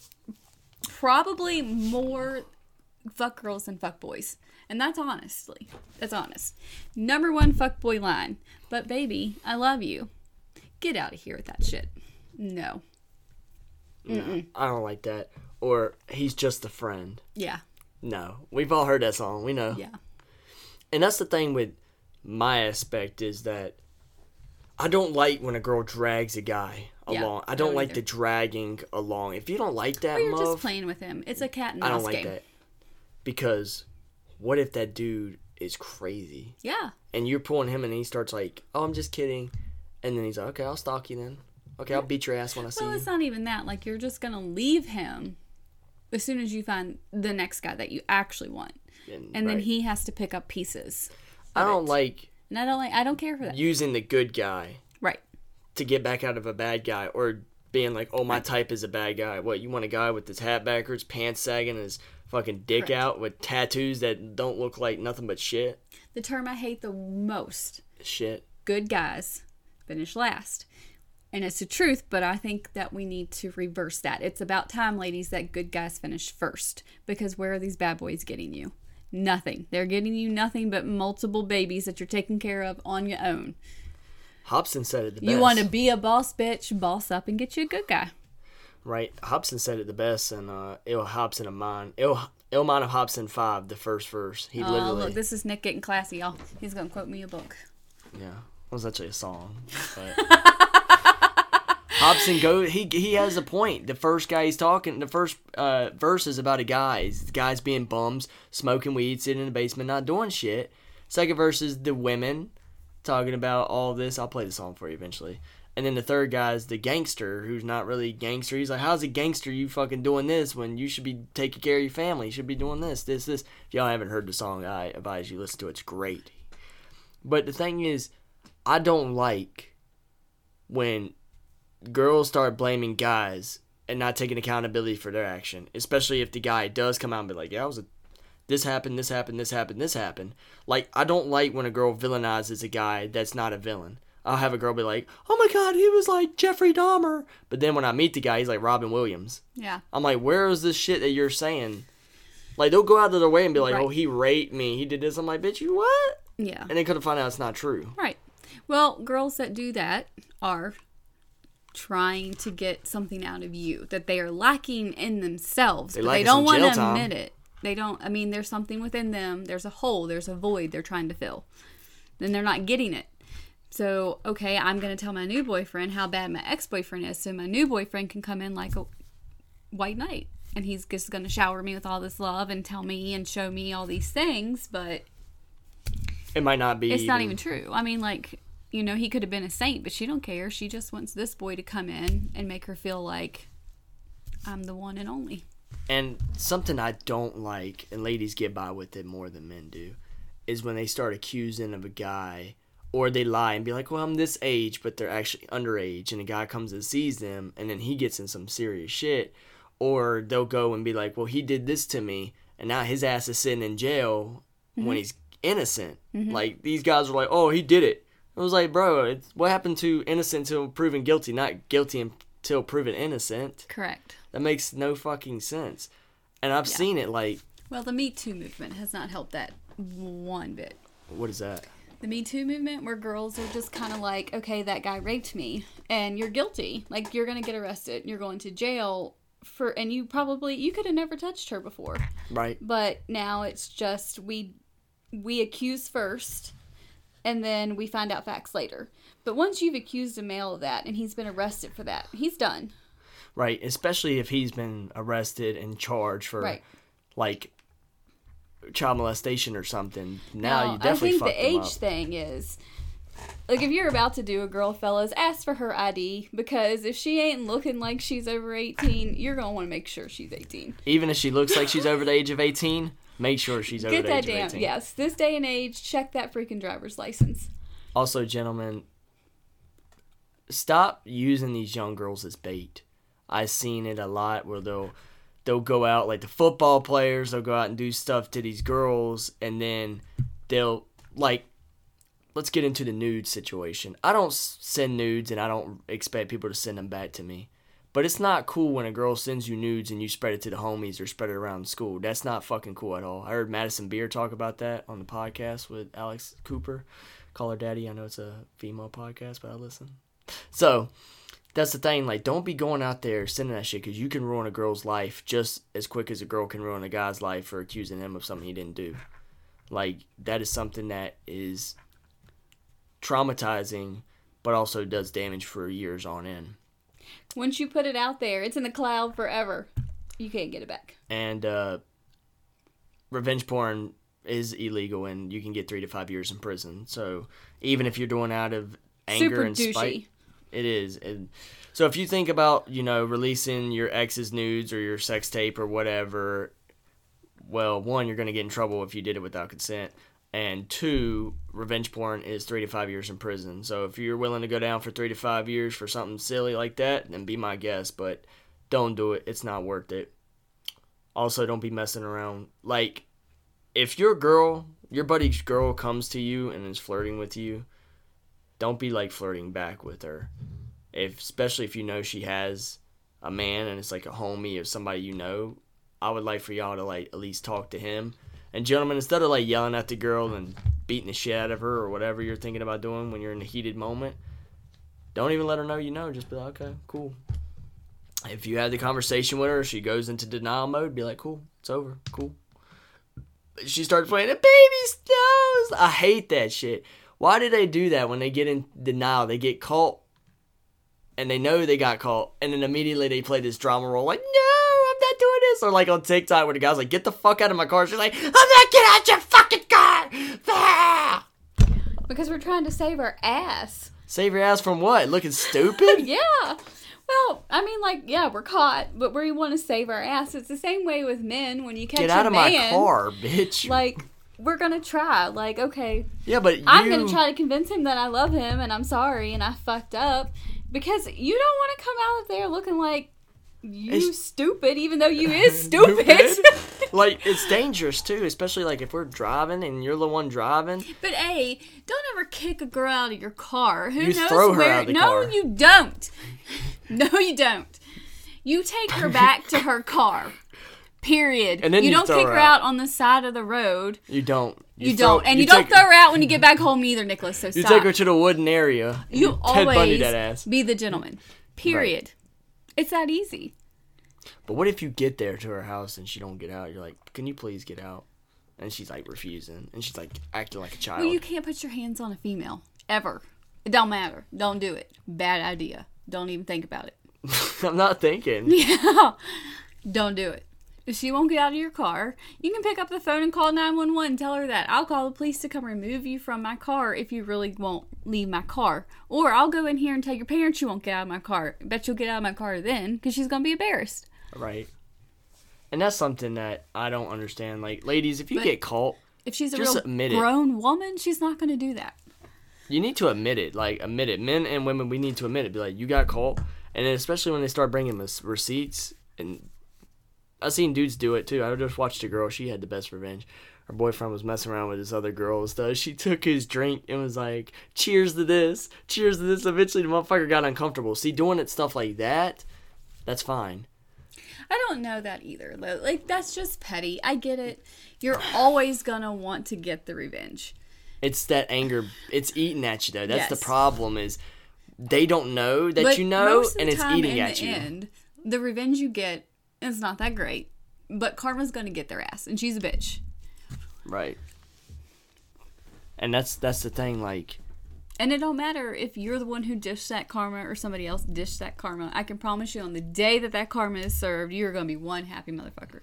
Speaker 2: probably more fuck girls than fuck boys, and that's honestly, that's honest. Number one fuck boy line, but baby, I love you. Get out of here with that shit. No,
Speaker 1: I don't like that. Or he's just a friend.
Speaker 2: yeah,
Speaker 1: No, we've all heard that song. We know.
Speaker 2: yeah,
Speaker 1: And that's the thing with my aspect is that I don't like when a girl drags a guy
Speaker 2: Yeah,
Speaker 1: along. I don't
Speaker 2: no
Speaker 1: like the
Speaker 2: either.
Speaker 1: dragging along. If you don't like that,
Speaker 2: but you're
Speaker 1: love,
Speaker 2: just playing with him. It's a cat and
Speaker 1: I
Speaker 2: mouse
Speaker 1: don't like
Speaker 2: game.
Speaker 1: that because what if that dude is crazy
Speaker 2: Yeah,
Speaker 1: and you're pulling him and he starts like, "Oh, I'm just kidding," and then he's like, "Okay, I'll stalk you then. Okay, I'll beat your ass when I see
Speaker 2: Well,
Speaker 1: you."
Speaker 2: it's not even that. Like you're just gonna leave him as soon as you find the next guy that you actually want. And then
Speaker 1: right.
Speaker 2: he has to pick up pieces.
Speaker 1: I
Speaker 2: of
Speaker 1: don't
Speaker 2: it.
Speaker 1: like
Speaker 2: And I don't like I don't care for that.
Speaker 1: using the good guy
Speaker 2: right.
Speaker 1: to get back out of a bad guy or being like, oh, my type is a bad guy. What, you want a guy with his hat backwards, pants sagging, and his fucking dick
Speaker 2: Correct.
Speaker 1: out with tattoos that don't look like nothing but shit?
Speaker 2: The term I hate the most
Speaker 1: Shit.
Speaker 2: good guys finish last. And it's the truth, but I think that we need to reverse that. It's about time, ladies, that good guys finish first. Because where are these bad boys getting you? Nothing. They're getting you nothing but multiple babies that you're taking care of on your own.
Speaker 1: Hobson said it the best.
Speaker 2: You want to be a boss bitch, boss up and get you a good guy.
Speaker 1: Right. Hobson said it the best in uh, Il Hobson of Mine. Il, Il Mine of Hobson 5, the first verse. He
Speaker 2: Oh,
Speaker 1: literally.
Speaker 2: look, this is Nick getting classy, y'all. He's going to quote me a book.
Speaker 1: Yeah, it was actually a song. But Hobson go. He he has a point. The first guy he's talking, the first uh, verse is about a guy. It's the guys being bums, smoking weed, sitting in the basement, not doing shit. Second verse is the women talking about all this. I'll play the song for you eventually. And then the third guy is the gangster who's not really gangster. He's like, "How's a gangster you fucking doing this when you should be taking care of your family? You should be doing this, this, this." If y'all haven't heard the song, I advise you listen to it. It's great. But the thing is, I don't like when girls start blaming guys and not taking accountability for their action, especially if the guy does come out and be like, "Yeah, I was a, this happened, this happened, this happened, this happened." Like, I don't like when a girl villainizes a guy that's not a villain. I'll have a girl be like, "Oh my god, he was like Jeffrey Dahmer," but then when I meet the guy, he's like Robin Williams.
Speaker 2: Yeah.
Speaker 1: I'm like, "Where is this shit that you're saying?" Like, they'll go out of their way and be like,
Speaker 2: Right.
Speaker 1: "Oh, he raped me. He did this." I'm like, "Bitch, you what?"
Speaker 2: Yeah.
Speaker 1: And they could have found out it's not true.
Speaker 2: Right. Well, girls that do that are trying to get something out of you that they are lacking in themselves. They, but
Speaker 1: like
Speaker 2: they
Speaker 1: us
Speaker 2: don't
Speaker 1: in
Speaker 2: want
Speaker 1: jail
Speaker 2: to
Speaker 1: time.
Speaker 2: admit it. They don't I mean there's something within them. There's a hole, there's a void they're trying to fill. Then they're not getting it. So, okay, I'm going to tell my new boyfriend how bad my ex-boyfriend is so my new boyfriend can come in like a white knight and he's just going to shower me with all this love and tell me and show me all these things, but
Speaker 1: It might not be.
Speaker 2: it's not even true. I mean, like, you know, he could have been a saint, but she don't care. She just wants this boy to come in and make her feel like I'm the one and only.
Speaker 1: And something I don't like, and ladies get by with it more than men do, is when they start accusing of a guy or they lie and be like, well, I'm this age, but they're actually underage, and a guy comes and sees them, and then he gets in some serious shit. Or they'll go and be like, well, he did this to me, and now his ass is sitting in jail when he's innocent. Like, these guys were like, oh, he did it. I was like, bro, it's, what happened to innocent until proven guilty, not guilty until proven innocent?
Speaker 2: Correct.
Speaker 1: That makes no fucking sense. And I've seen it like,
Speaker 2: Well, the Me Too movement has not helped that one bit.
Speaker 1: what is that?
Speaker 2: The Me Too movement, where girls are just kind of like, okay, that guy raped me, and you're guilty. Like, you're going to get arrested, you're going to jail for, and you probably, you could have never touched her before.
Speaker 1: Right?
Speaker 2: but now it's just we we accuse first and then we find out facts later but once you've accused a male of that and he's been arrested for that he's done
Speaker 1: Right. Especially if he's been arrested and charged for
Speaker 2: Right.
Speaker 1: like child molestation or something. Now, you definitely
Speaker 2: i think
Speaker 1: fucked
Speaker 2: the age
Speaker 1: him up.
Speaker 2: thing is like if you're about to do a girl fellas ask for her id because if she ain't looking like she's over 18 you're gonna want to make sure she's 18
Speaker 1: Even if she looks like she's over the age of 18, make sure she's over
Speaker 2: get
Speaker 1: the
Speaker 2: that
Speaker 1: age
Speaker 2: damn
Speaker 1: of 18.
Speaker 2: yes this day and age check that freaking driver's license
Speaker 1: Also, gentlemen, stop using these young girls as bait. I've seen it a lot where they'll they'll go out like the football players, they'll go out and do stuff to these girls and then they'll like let's get into the nude situation. I don't s- send nudes and I don't expect people to send them back to me. But it's not cool when a girl sends you nudes and you spread it to the homies or spread it around school. That's not fucking cool at all. I heard Madison Beer talk about that on the podcast with Alex Cooper. Call her daddy. I know it's a female podcast, but I listen. So that's the thing. Like, don't be going out there sending that shit because you can ruin a girl's life just as quick as a girl can ruin a guy's life for accusing him of something he didn't do. Like, that is something that is traumatizing, but also does damage for years on end.
Speaker 2: once you put it out there it's in the cloud forever you can't get it back
Speaker 1: and uh, revenge porn is illegal and you can get three to five years in prison so even if you're doing out of anger
Speaker 2: super
Speaker 1: and
Speaker 2: douchey
Speaker 1: spite It is. And so if you think about, you know, releasing your ex's nudes or your sex tape or whatever, well, one, you're going to get in trouble if you did it without consent. And two, revenge porn is three to five years in prison. So if you're willing to go down for three to five years for something silly like that, then be my guest. But don't do it. It's not worth it. Also, don't be messing around. Like, if your girl, your buddy's girl comes to you and is flirting with you, don't be like flirting back with her. If, especially if you know she has a man and it's like a homie or somebody you know, I would like for y'all to like at least talk to him. And gentlemen, instead of like yelling at the girl and beating the shit out of her or whatever you're thinking about doing when you're in a heated moment, don't even let her know you know. Just be like, okay, cool. If you had the conversation with her, she goes into denial mode. Be like, cool, it's over, cool. She starts playing the baby's nose. I hate that shit. Why do they do that when they get in denial? They get caught, and they know they got caught, and then immediately they play this drama roll like, no doing this. Or like on TikTok where the guy's like, get the fuck out of my car. She's like, I'm not getting out your fucking car. Ah!
Speaker 2: Because we're trying to save our ass.
Speaker 1: Save your ass from what? Looking stupid?
Speaker 2: yeah. Well, I mean, like, yeah, we're caught, but we want to save our ass. It's the same way with men when you catch
Speaker 1: Get out
Speaker 2: a
Speaker 1: of
Speaker 2: man.
Speaker 1: my car, bitch.
Speaker 2: Like, we're gonna try. Like, okay,
Speaker 1: yeah, but you,
Speaker 2: I'm gonna try to convince him that I love him and I'm sorry and I fucked up because you don't want to come out of there looking like you
Speaker 1: It's-
Speaker 2: stupid, even though you is stupid.
Speaker 1: like it's dangerous too, especially like if we're driving and you're the one driving.
Speaker 2: But a, don't ever kick a girl out of your car. Who
Speaker 1: You
Speaker 2: knows
Speaker 1: throw her
Speaker 2: where?
Speaker 1: out of the
Speaker 2: no,
Speaker 1: car.
Speaker 2: you don't. No, you don't. You take her back to her car. Period.
Speaker 1: And then you
Speaker 2: don't
Speaker 1: throw
Speaker 2: kick
Speaker 1: her
Speaker 2: her out. on the side of the road.
Speaker 1: You don't.
Speaker 2: You, don't,
Speaker 1: throw-
Speaker 2: and you, don't
Speaker 1: take-
Speaker 2: throw her out when you get back home either, Nicholas. So
Speaker 1: You
Speaker 2: stop.
Speaker 1: take her to the wooden area. and
Speaker 2: you
Speaker 1: Ted Bundy
Speaker 2: always
Speaker 1: that ass.
Speaker 2: be the gentleman. Period. It's that easy.
Speaker 1: But what if you get there to her house and she don't get out? You're like, can you please get out? And she's like refusing, and she's like acting like a child.
Speaker 2: Well, you can't put your hands on a female ever. It don't matter. Don't do it. Bad idea. Don't even think about it.
Speaker 1: I'm not thinking.
Speaker 2: Yeah. Don't do it. If she won't get out of your car, you can pick up the phone and call 911. Tell her that. I'll call the police to come remove you from my car if you really won't leave my car. Or I'll go in here and tell your parents you won't get out of my car. Bet you'll get out of my car then because she's going to be embarrassed.
Speaker 1: Right. And that's something that I don't understand. Like, ladies, if you
Speaker 2: But-
Speaker 1: get caught,
Speaker 2: If she's a
Speaker 1: Just admit
Speaker 2: real
Speaker 1: it.
Speaker 2: grown woman, she's not going to do that.
Speaker 1: you need to admit it. Like, admit it. Men and women, we need to admit it. Be like, you got caught. And then especially when they start bringing us receipts. And I've seen dudes do it too. I just watched a girl. She had the best revenge. Her boyfriend was messing around with this other girl and stuff. She took his drink and was like, cheers to this, cheers to this. Eventually, the motherfucker got uncomfortable. See, doing it stuff like that, that's fine.
Speaker 2: I don't know that either. though. Like, that's just petty. I get it. You're always going to want to get the revenge.
Speaker 1: It's that anger. It's eating at you though. That's
Speaker 2: Yes.
Speaker 1: the problem. Is they don't know that
Speaker 2: But
Speaker 1: you know,
Speaker 2: most of the
Speaker 1: and it's
Speaker 2: time
Speaker 1: eating
Speaker 2: in
Speaker 1: at
Speaker 2: the
Speaker 1: you.
Speaker 2: End, the revenge you get is not that great, but karma's gonna get their ass, and she's a bitch.
Speaker 1: Right. And that's that's the thing. Like
Speaker 2: And it don't matter if you're the one who dished that karma or somebody else dished that karma. I can promise you, on the day that that karma is served, you're gonna be one happy motherfucker,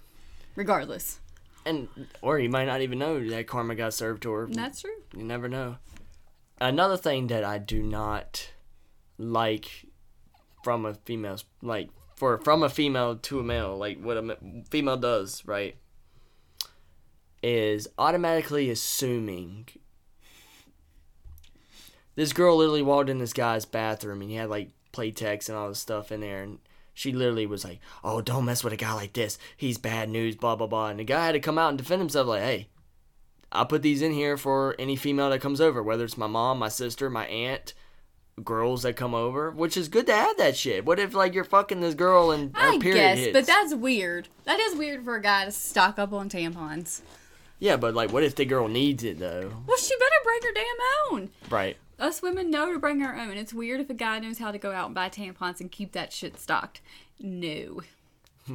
Speaker 2: regardless.
Speaker 1: and or you might not even know that karma got served to her.
Speaker 2: And that's true.
Speaker 1: You never know. Another thing that I do not like from a female's like for from a female to a male, like what a ma- female does, right, is automatically assuming. This girl literally walked in this guy's bathroom and he had like playtex and all this stuff in there and she literally was like, "Oh, don't mess with a guy like this. He's bad news, blah blah blah." And the guy had to come out and defend himself like, "Hey, I put these in here for any female that comes over, whether it's my mom, my sister, my aunt, girls that come over, which is good to have that shit. What if like you're fucking this girl and her
Speaker 2: I
Speaker 1: period
Speaker 2: guess,
Speaker 1: hits?
Speaker 2: but that's weird. That is weird for a guy to stock up on tampons.
Speaker 1: yeah, but like what if the girl needs it though?
Speaker 2: Well, she better bring her damn own.
Speaker 1: Right.
Speaker 2: Us women know to bring our own. It's weird if a guy knows how to go out and buy tampons and keep that shit stocked. No.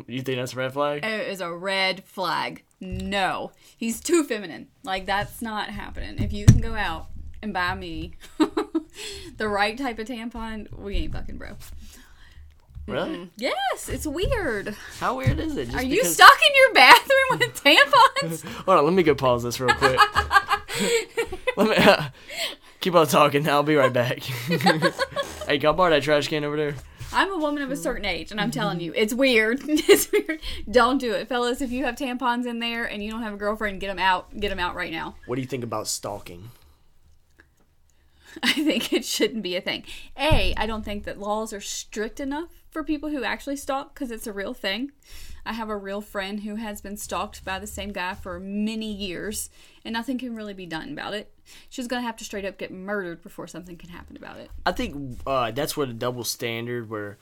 Speaker 1: You think that's a red flag?
Speaker 2: It is a red flag. No. He's too feminine. Like, that's not happening. If you can go out and buy me the right type of tampon, we ain't fucking bro.
Speaker 1: Really?
Speaker 2: Yes, it's weird.
Speaker 1: How weird is it? Just
Speaker 2: Are you
Speaker 1: because-
Speaker 2: stocking your bathroom with tampons?
Speaker 1: Hold on, let me go pause this real quick. let me keep on talking. I'll be right back. Hey, can I borrow that trash can over there?
Speaker 2: I'm a woman of a certain age, and I'm telling you, it's weird. it's weird. Don't do it, fellas. If you have tampons in there and you don't have a girlfriend, get them out. Get them out right now.
Speaker 1: What do you think about stalking?
Speaker 2: I think it shouldn't be a thing. A, I don't think that laws are strict enough for people who actually stalk because it's a real thing. I have a real friend who has been stalked by the same guy for many years, and nothing can really be done about it. She's gonna have to straight up get murdered before something can happen about it.
Speaker 1: I think uh, that's where the double standard where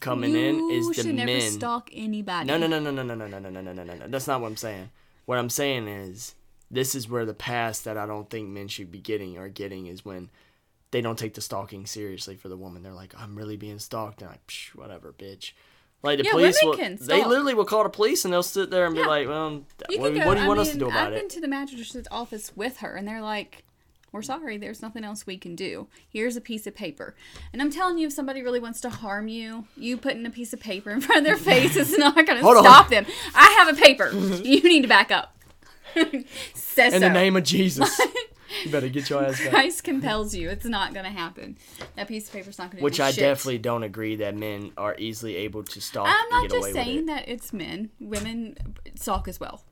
Speaker 1: coming in is
Speaker 2: you
Speaker 1: the
Speaker 2: should
Speaker 1: men.
Speaker 2: never stalk anybody.
Speaker 1: No, no, no, no, no, no, no, no, no, no, no, no, no, no. That's not what I'm saying. What I'm saying is this is where the pass that I don't think men should be getting or getting is when they don't take the stalking seriously for the woman. They're like, I'm really being stalked, and I, Psh, whatever, bitch. Like the
Speaker 2: Yeah,
Speaker 1: police,
Speaker 2: women
Speaker 1: will,
Speaker 2: can
Speaker 1: they
Speaker 2: stalk.
Speaker 1: literally will call the police and they'll sit there and
Speaker 2: Yeah.
Speaker 1: be like, well,
Speaker 2: You
Speaker 1: what,
Speaker 2: can go,
Speaker 1: what do you want
Speaker 2: I
Speaker 1: us to
Speaker 2: mean,
Speaker 1: do about
Speaker 2: I've
Speaker 1: it?
Speaker 2: been to the magistrate's office with her, and they're like, "We're sorry, there's nothing else we can do. Here's a piece of paper." And I'm telling you, if somebody really wants to harm you, you putting a piece of paper in front of their face is not going
Speaker 1: Hold
Speaker 2: to
Speaker 1: on.
Speaker 2: stop them. I have a paper. you need to back up. Says
Speaker 1: In
Speaker 2: so.
Speaker 1: the name of Jesus, you better get your ass back.
Speaker 2: Christ compels you. It's not going to happen. That piece of paper's not going to.
Speaker 1: Which
Speaker 2: do
Speaker 1: I
Speaker 2: shit.
Speaker 1: definitely don't agree that men are easily able to stalk
Speaker 2: I'm
Speaker 1: and
Speaker 2: not
Speaker 1: get away
Speaker 2: just saying
Speaker 1: with it.
Speaker 2: that it's men. Women stalk as well.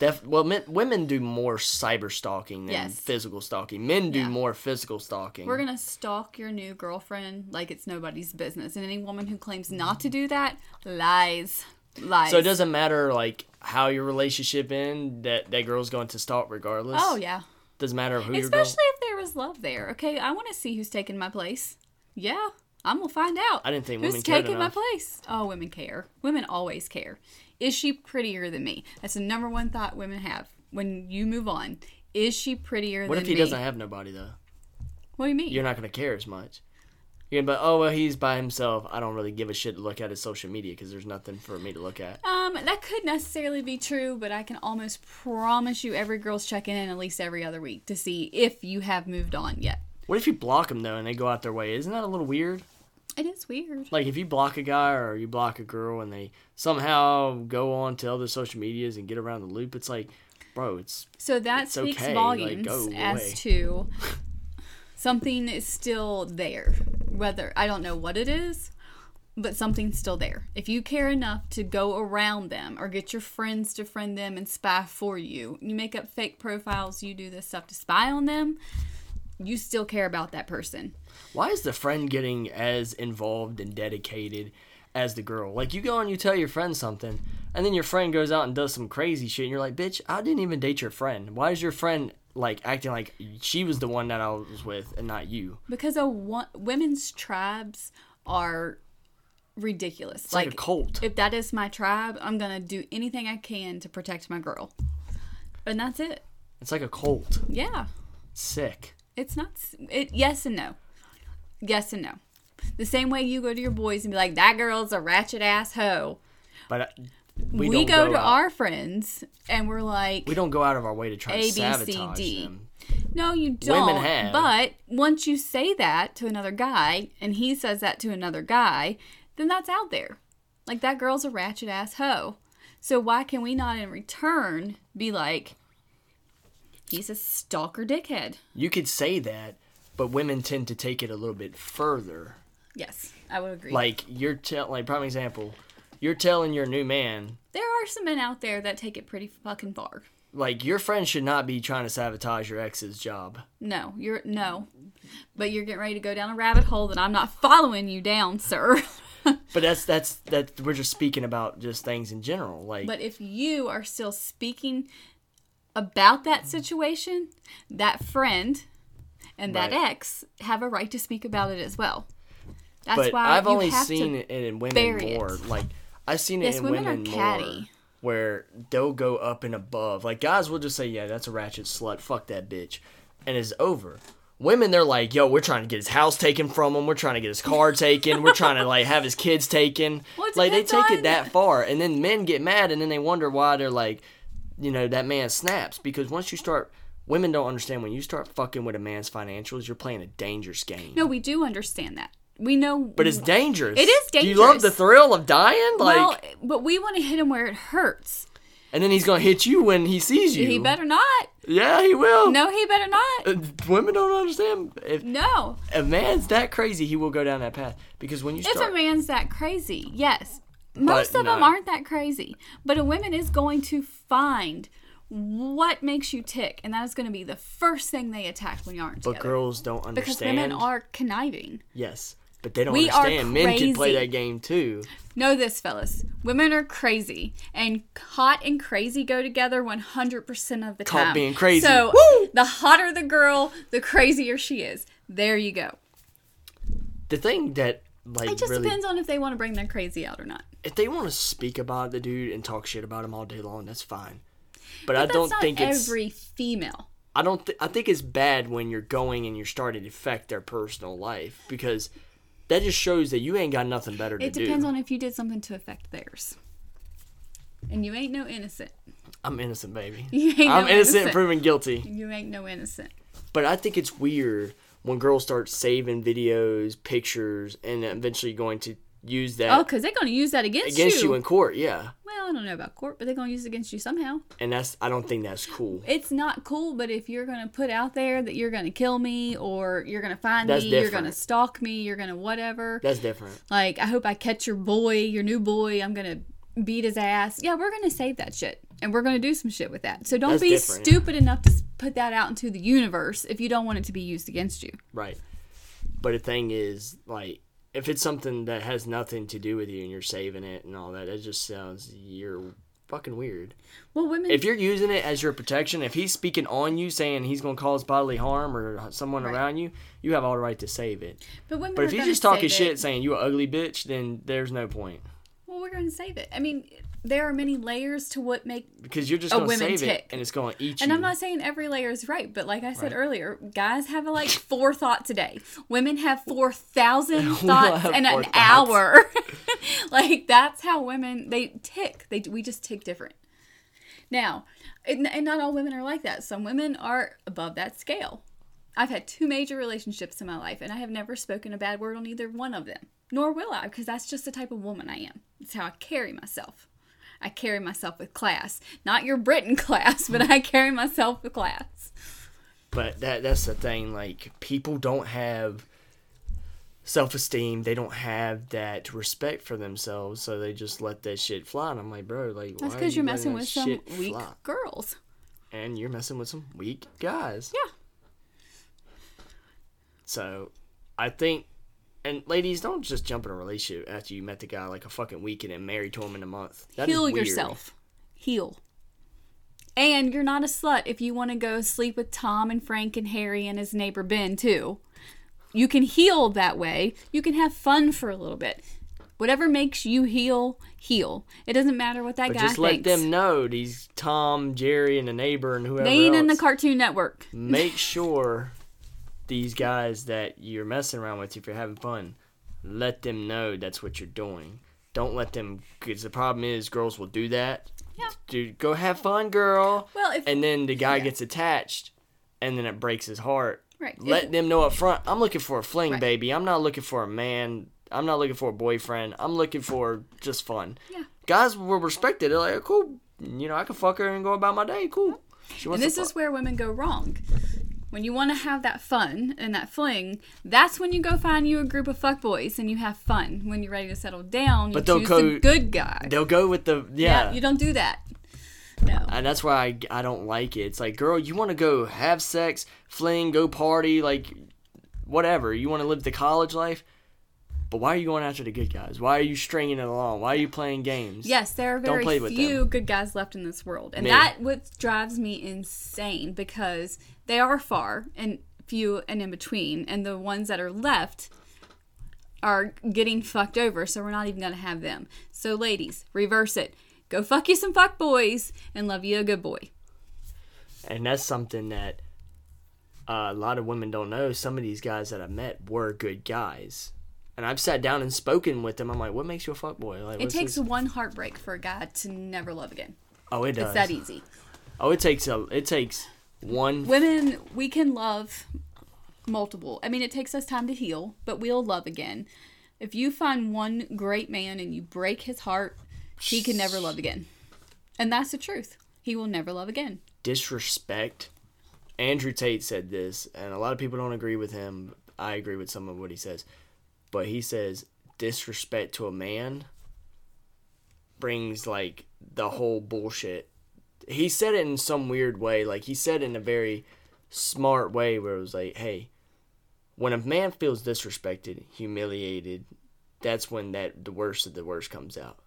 Speaker 1: Def- well, men, women do more cyber stalking than
Speaker 2: Yes.
Speaker 1: physical stalking. Men do
Speaker 2: Yeah.
Speaker 1: more physical stalking.
Speaker 2: We're gonna stalk your new girlfriend like it's nobody's business, and any woman who claims not to do that lies, lies.
Speaker 1: So it doesn't matter like how your relationship end. That that girl's going to stalk regardless.
Speaker 2: Oh yeah,
Speaker 1: Doesn't matter who you're going.
Speaker 2: especially if there was love there. Okay, I want to see who's taking my place. Yeah, I'm gonna find out.
Speaker 1: I didn't think
Speaker 2: who's
Speaker 1: women cared
Speaker 2: taking my
Speaker 1: enough.
Speaker 2: place. Oh, women care. Women always care. Is she prettier than me? That's the number one thought women have when you move on. Is she prettier
Speaker 1: What
Speaker 2: than
Speaker 1: if he
Speaker 2: me?
Speaker 1: doesn't have nobody though?
Speaker 2: What do you mean?
Speaker 1: You're not going to care as much. You're gonna be, oh well, he's by himself. I don't really give a shit to look at his social media because there's nothing for me to look at.
Speaker 2: Um, that could necessarily be true, but I can almost promise you every girl's checking in at least every other week to see if you have moved on yet.
Speaker 1: What if you block them though and they go out their way? Isn't that a little weird?
Speaker 2: It is weird.
Speaker 1: Like if you block a guy or you block a girl and they somehow go on to other social medias and get around the loop, it's like, bro, it's
Speaker 2: So that
Speaker 1: It's
Speaker 2: speaks
Speaker 1: okay, like,
Speaker 2: volumes
Speaker 1: go away.
Speaker 2: as to something is still there. Whether I don't know what it is, but something's still there. If you care enough to go around them or get your friends to friend them and spy for you, you make up fake profiles, you do this stuff to spy on them, you still care about that person.
Speaker 1: Why is the friend getting as involved and dedicated as the girl? Like you go and you tell your friend something, and then your friend goes out and does some crazy shit, and you're like, "Bitch, I didn't even date your friend. Why is your friend like acting like she was the one that I was with and not you?"
Speaker 2: because a wo- women's tribes are ridiculous.
Speaker 1: like a cult.
Speaker 2: If that is my tribe, I'm gonna do anything I can to protect my girl, and that's it.
Speaker 1: It's like a cult.
Speaker 2: Yeah,
Speaker 1: Sick.
Speaker 2: it's not. s- It yes and no, yes and no. The same way you go to your boys and be like, "That girl's a ratchet ass hoe."
Speaker 1: But I, we,
Speaker 2: We,
Speaker 1: don't
Speaker 2: go,
Speaker 1: go,
Speaker 2: to
Speaker 1: out,
Speaker 2: our friends and we're like,
Speaker 1: we don't go out of our way to try
Speaker 2: A, B,
Speaker 1: to
Speaker 2: C,
Speaker 1: sabotage
Speaker 2: D.
Speaker 1: them.
Speaker 2: No, you don't.
Speaker 1: have.
Speaker 2: But once you say that to another guy, and he says that to another guy, then that's out there. Like that girl's a ratchet ass hoe. So why can we not, in return, be like, he's a stalker dickhead?
Speaker 1: You could say that, but women tend to take it a little bit further.
Speaker 2: Yes, I would agree.
Speaker 1: Like you're tell like prime example, you're telling your new man
Speaker 2: there are some men out there that take it pretty fucking far.
Speaker 1: like your friend should not be trying to sabotage your ex's job.
Speaker 2: No, you're no, but you're getting ready to go down a rabbit hole that I'm not following you down, sir.
Speaker 1: But that's that's that we're just speaking about just things in general. Like
Speaker 2: But if you are still speaking about
Speaker 1: Mm-hmm.
Speaker 2: that situation, that friend and that
Speaker 1: Right.
Speaker 2: ex have a right to speak about it as well. That's
Speaker 1: but
Speaker 2: why
Speaker 1: I've
Speaker 2: you
Speaker 1: only
Speaker 2: have
Speaker 1: seen
Speaker 2: to,
Speaker 1: it in women
Speaker 2: bury it.
Speaker 1: more. Like I've seen it
Speaker 2: Yes,
Speaker 1: in
Speaker 2: women
Speaker 1: women,
Speaker 2: are
Speaker 1: more
Speaker 2: catty.
Speaker 1: where they'll go up and above. Like guys will just say, "Yeah, that's a ratchet slut. Fuck that bitch," and it's over. Women, they're like, "Yo, we're trying to get his house taken from him. We're trying to get his car taken. We're trying to like have his kids taken."
Speaker 2: Well, it
Speaker 1: like they
Speaker 2: depends
Speaker 1: take it
Speaker 2: on-
Speaker 1: that far, and then men get mad, and then they wonder why they're like, you know, that man snaps because once you start. Women don't understand when you start fucking with a man's financials, you're playing a dangerous game.
Speaker 2: No, we do understand that. We know
Speaker 1: But it's dangerous.
Speaker 2: It is
Speaker 1: Do you love
Speaker 2: dangerous.
Speaker 1: the thrill of dying? Like,
Speaker 2: well, but we want to hit him where it hurts.
Speaker 1: And then he's gonna hit you when he sees you.
Speaker 2: He better not.
Speaker 1: Yeah, he will.
Speaker 2: No, he better not.
Speaker 1: Uh, Women don't understand. If
Speaker 2: No.
Speaker 1: a man's that crazy, he will go down that path because when you
Speaker 2: If
Speaker 1: start,
Speaker 2: a man's that crazy, yes. Most
Speaker 1: But
Speaker 2: of them
Speaker 1: no.
Speaker 2: aren't that crazy, but a woman is going to find what makes you tick, and that is going to be the first thing they attack when you aren't
Speaker 1: but
Speaker 2: together.
Speaker 1: girls don't
Speaker 2: because
Speaker 1: understand.
Speaker 2: women are conniving.
Speaker 1: yes, but they don't
Speaker 2: We are
Speaker 1: understand. Men can play
Speaker 2: crazy.
Speaker 1: that game too.
Speaker 2: Know this, fellas. Women are crazy, and hot and crazy go together 100% of the
Speaker 1: Caught
Speaker 2: time.
Speaker 1: being crazy.
Speaker 2: So the hotter the girl, the crazier she is. There you go.
Speaker 1: The thing that like
Speaker 2: It just
Speaker 1: really,
Speaker 2: depends on if they want to bring their crazy out or not.
Speaker 1: if they want to speak about the dude and talk shit about him all day long, that's fine. But, I
Speaker 2: That's
Speaker 1: don't
Speaker 2: not
Speaker 1: think it's
Speaker 2: every female.
Speaker 1: I don't. Th- I think it's bad when you're going and you're starting to affect their personal life because that just shows that you ain't got nothing better to
Speaker 2: It depends
Speaker 1: do.
Speaker 2: on if you did something to affect theirs. And you ain't no innocent.
Speaker 1: I'm innocent, baby.
Speaker 2: You ain't
Speaker 1: I'm
Speaker 2: no
Speaker 1: innocent,
Speaker 2: innocent.
Speaker 1: proven guilty.
Speaker 2: You ain't no innocent.
Speaker 1: But I think it's weird when girls start saving videos, pictures, and eventually going to use that
Speaker 2: Oh, because they're going to use that against,
Speaker 1: against
Speaker 2: you.
Speaker 1: you in court. Yeah,
Speaker 2: well, I don't know about court, but they're going to use it against you somehow.
Speaker 1: and that's I don't think that's cool.
Speaker 2: It's not cool, but if you're going to put out there that you're going to kill me or you're going to find
Speaker 1: That's
Speaker 2: me, you're going to
Speaker 1: different.
Speaker 2: stalk me, you're going to whatever.
Speaker 1: That's different.
Speaker 2: like, I hope I catch your boy, your new boy. I'm going to beat his ass. Yeah, we're going to save that shit. And we're going to do some shit with that. So don't
Speaker 1: That's
Speaker 2: be
Speaker 1: different, yeah.
Speaker 2: stupid enough to s- put that out into the universe if you don't want it to be used against you.
Speaker 1: Right. But the thing is, like, if it's something that has nothing to do with you and you're saving it and all that, it just sounds you're fucking weird.
Speaker 2: Well, women
Speaker 1: If you're using it as your protection, if he's speaking on you saying he's going to cause bodily harm or someone
Speaker 2: Right.
Speaker 1: around you, you have all the right to save it.
Speaker 2: But women
Speaker 1: But
Speaker 2: are
Speaker 1: if you're
Speaker 2: gonna
Speaker 1: just talking
Speaker 2: save
Speaker 1: shit
Speaker 2: it.
Speaker 1: saying you an ugly bitch, then there's no point
Speaker 2: well, we're going to save it. I mean, there are many layers to what make.
Speaker 1: because you're just
Speaker 2: A
Speaker 1: going to
Speaker 2: women
Speaker 1: save it
Speaker 2: tick.
Speaker 1: and it's going to eat
Speaker 2: And
Speaker 1: you.
Speaker 2: I'm not saying every layer is right, but like I said earlier, guys have like four thoughts a day. Women have four thousand thoughts
Speaker 1: have
Speaker 2: in
Speaker 1: four
Speaker 2: an
Speaker 1: thoughts.
Speaker 2: hour. like that's how women they tick. They we just tick different. Now, and, and not all women are like that. Some women are above that scale. I've had two major relationships in my life, and I have never spoken a bad word on either one of them. Nor will I, because that's just the type of woman I am. It's how I carry myself. I carry myself with class. Not your Britain class, but I carry myself with class.
Speaker 1: But that that's the thing. Like people don't have self esteem. They don't have that respect for themselves, so they just let that shit fly. And I'm like, bro, like
Speaker 2: That's
Speaker 1: why are
Speaker 2: because
Speaker 1: you
Speaker 2: you're
Speaker 1: letting
Speaker 2: messing with
Speaker 1: that
Speaker 2: some
Speaker 1: shit
Speaker 2: weak
Speaker 1: fly?
Speaker 2: girls.
Speaker 1: and you're messing with some weak guys.
Speaker 2: Yeah.
Speaker 1: So I think. And ladies, don't just jump in a relationship after you met the guy like a fucking weekend and married to him in a month. That is
Speaker 2: Heal
Speaker 1: weird.
Speaker 2: yourself. Heal. And you're not a slut if you want to go sleep with Tom and Frank and Harry and his neighbor Ben, too. You can heal that way. You can have fun for a little bit. Whatever makes you heal, heal. It doesn't matter what that
Speaker 1: But
Speaker 2: guy
Speaker 1: just let
Speaker 2: thinks.
Speaker 1: them know these Tom, Jerry, and the neighbor and whoever
Speaker 2: they ain't
Speaker 1: else.
Speaker 2: in the Cartoon Network.
Speaker 1: make sure these guys that you're messing around with, if you're having fun, let them know that's what you're doing. Don't let them, because the problem is girls will do that.
Speaker 2: Yeah.
Speaker 1: Dude, go have fun, girl.
Speaker 2: Well, if
Speaker 1: And then the guy gets attached, and then it breaks his heart.
Speaker 2: Right.
Speaker 1: Let them know up front. I'm looking for a fling,
Speaker 2: Right.
Speaker 1: baby. I'm not looking for a man. I'm not looking for a boyfriend. I'm looking for just fun.
Speaker 2: Yeah.
Speaker 1: Guys will respect it. They're like, cool. You know, I can fuck her and go about my day. Cool. She
Speaker 2: And
Speaker 1: wants to
Speaker 2: this
Speaker 1: fuck.
Speaker 2: is where women go wrong. When you want to have that fun and that fling, that's when you go find you a group of fuckboys and you have fun. When you're ready to settle down, you
Speaker 1: But they'll
Speaker 2: choose
Speaker 1: go-
Speaker 2: the good guy.
Speaker 1: They'll go with the yeah.
Speaker 2: Yeah, you don't do that. No.
Speaker 1: and that's why I, I don't like it. It's like, girl, you want to go have sex, fling, go party, like whatever. You want to live the college life, but why are you going after the good guys? Why are you stringing it along? Why are you playing games?
Speaker 2: Yes, there are
Speaker 1: Don't
Speaker 2: very
Speaker 1: play with
Speaker 2: few good guys left in this world. And
Speaker 1: Me.
Speaker 2: that what drives me insane because they are far and few and in between and the ones that are left are getting fucked over, so we're not even gonna have them. So ladies, reverse it. Go fuck you some fuck boys and love you a good boy.
Speaker 1: and that's something that uh, a lot of women don't know. Some of these guys that I met were good guys, and I've sat down and spoken with them. I'm like, what makes you a fuckboy? Like,
Speaker 2: It
Speaker 1: what's
Speaker 2: takes
Speaker 1: this-
Speaker 2: one heartbreak for a guy to never love again.
Speaker 1: oh, it
Speaker 2: It's
Speaker 1: does.
Speaker 2: that e easy.
Speaker 1: oh, it takes a it takes one
Speaker 2: Women, we can love multiple. I mean, it takes us time to heal, but we'll love again. If you find one great man and you break his heart, he can never love again. And that's the truth. He will never love again.
Speaker 1: Disrespect. Andrew Tate said this, and a lot of people don't agree with him. I agree with some of what he says. But he says disrespect to a man brings like the whole bullshit. He said it in some weird way. Like he said it in a very smart way where it was like, hey, when a man feels disrespected, humiliated, that's when that the worst of the worst comes out.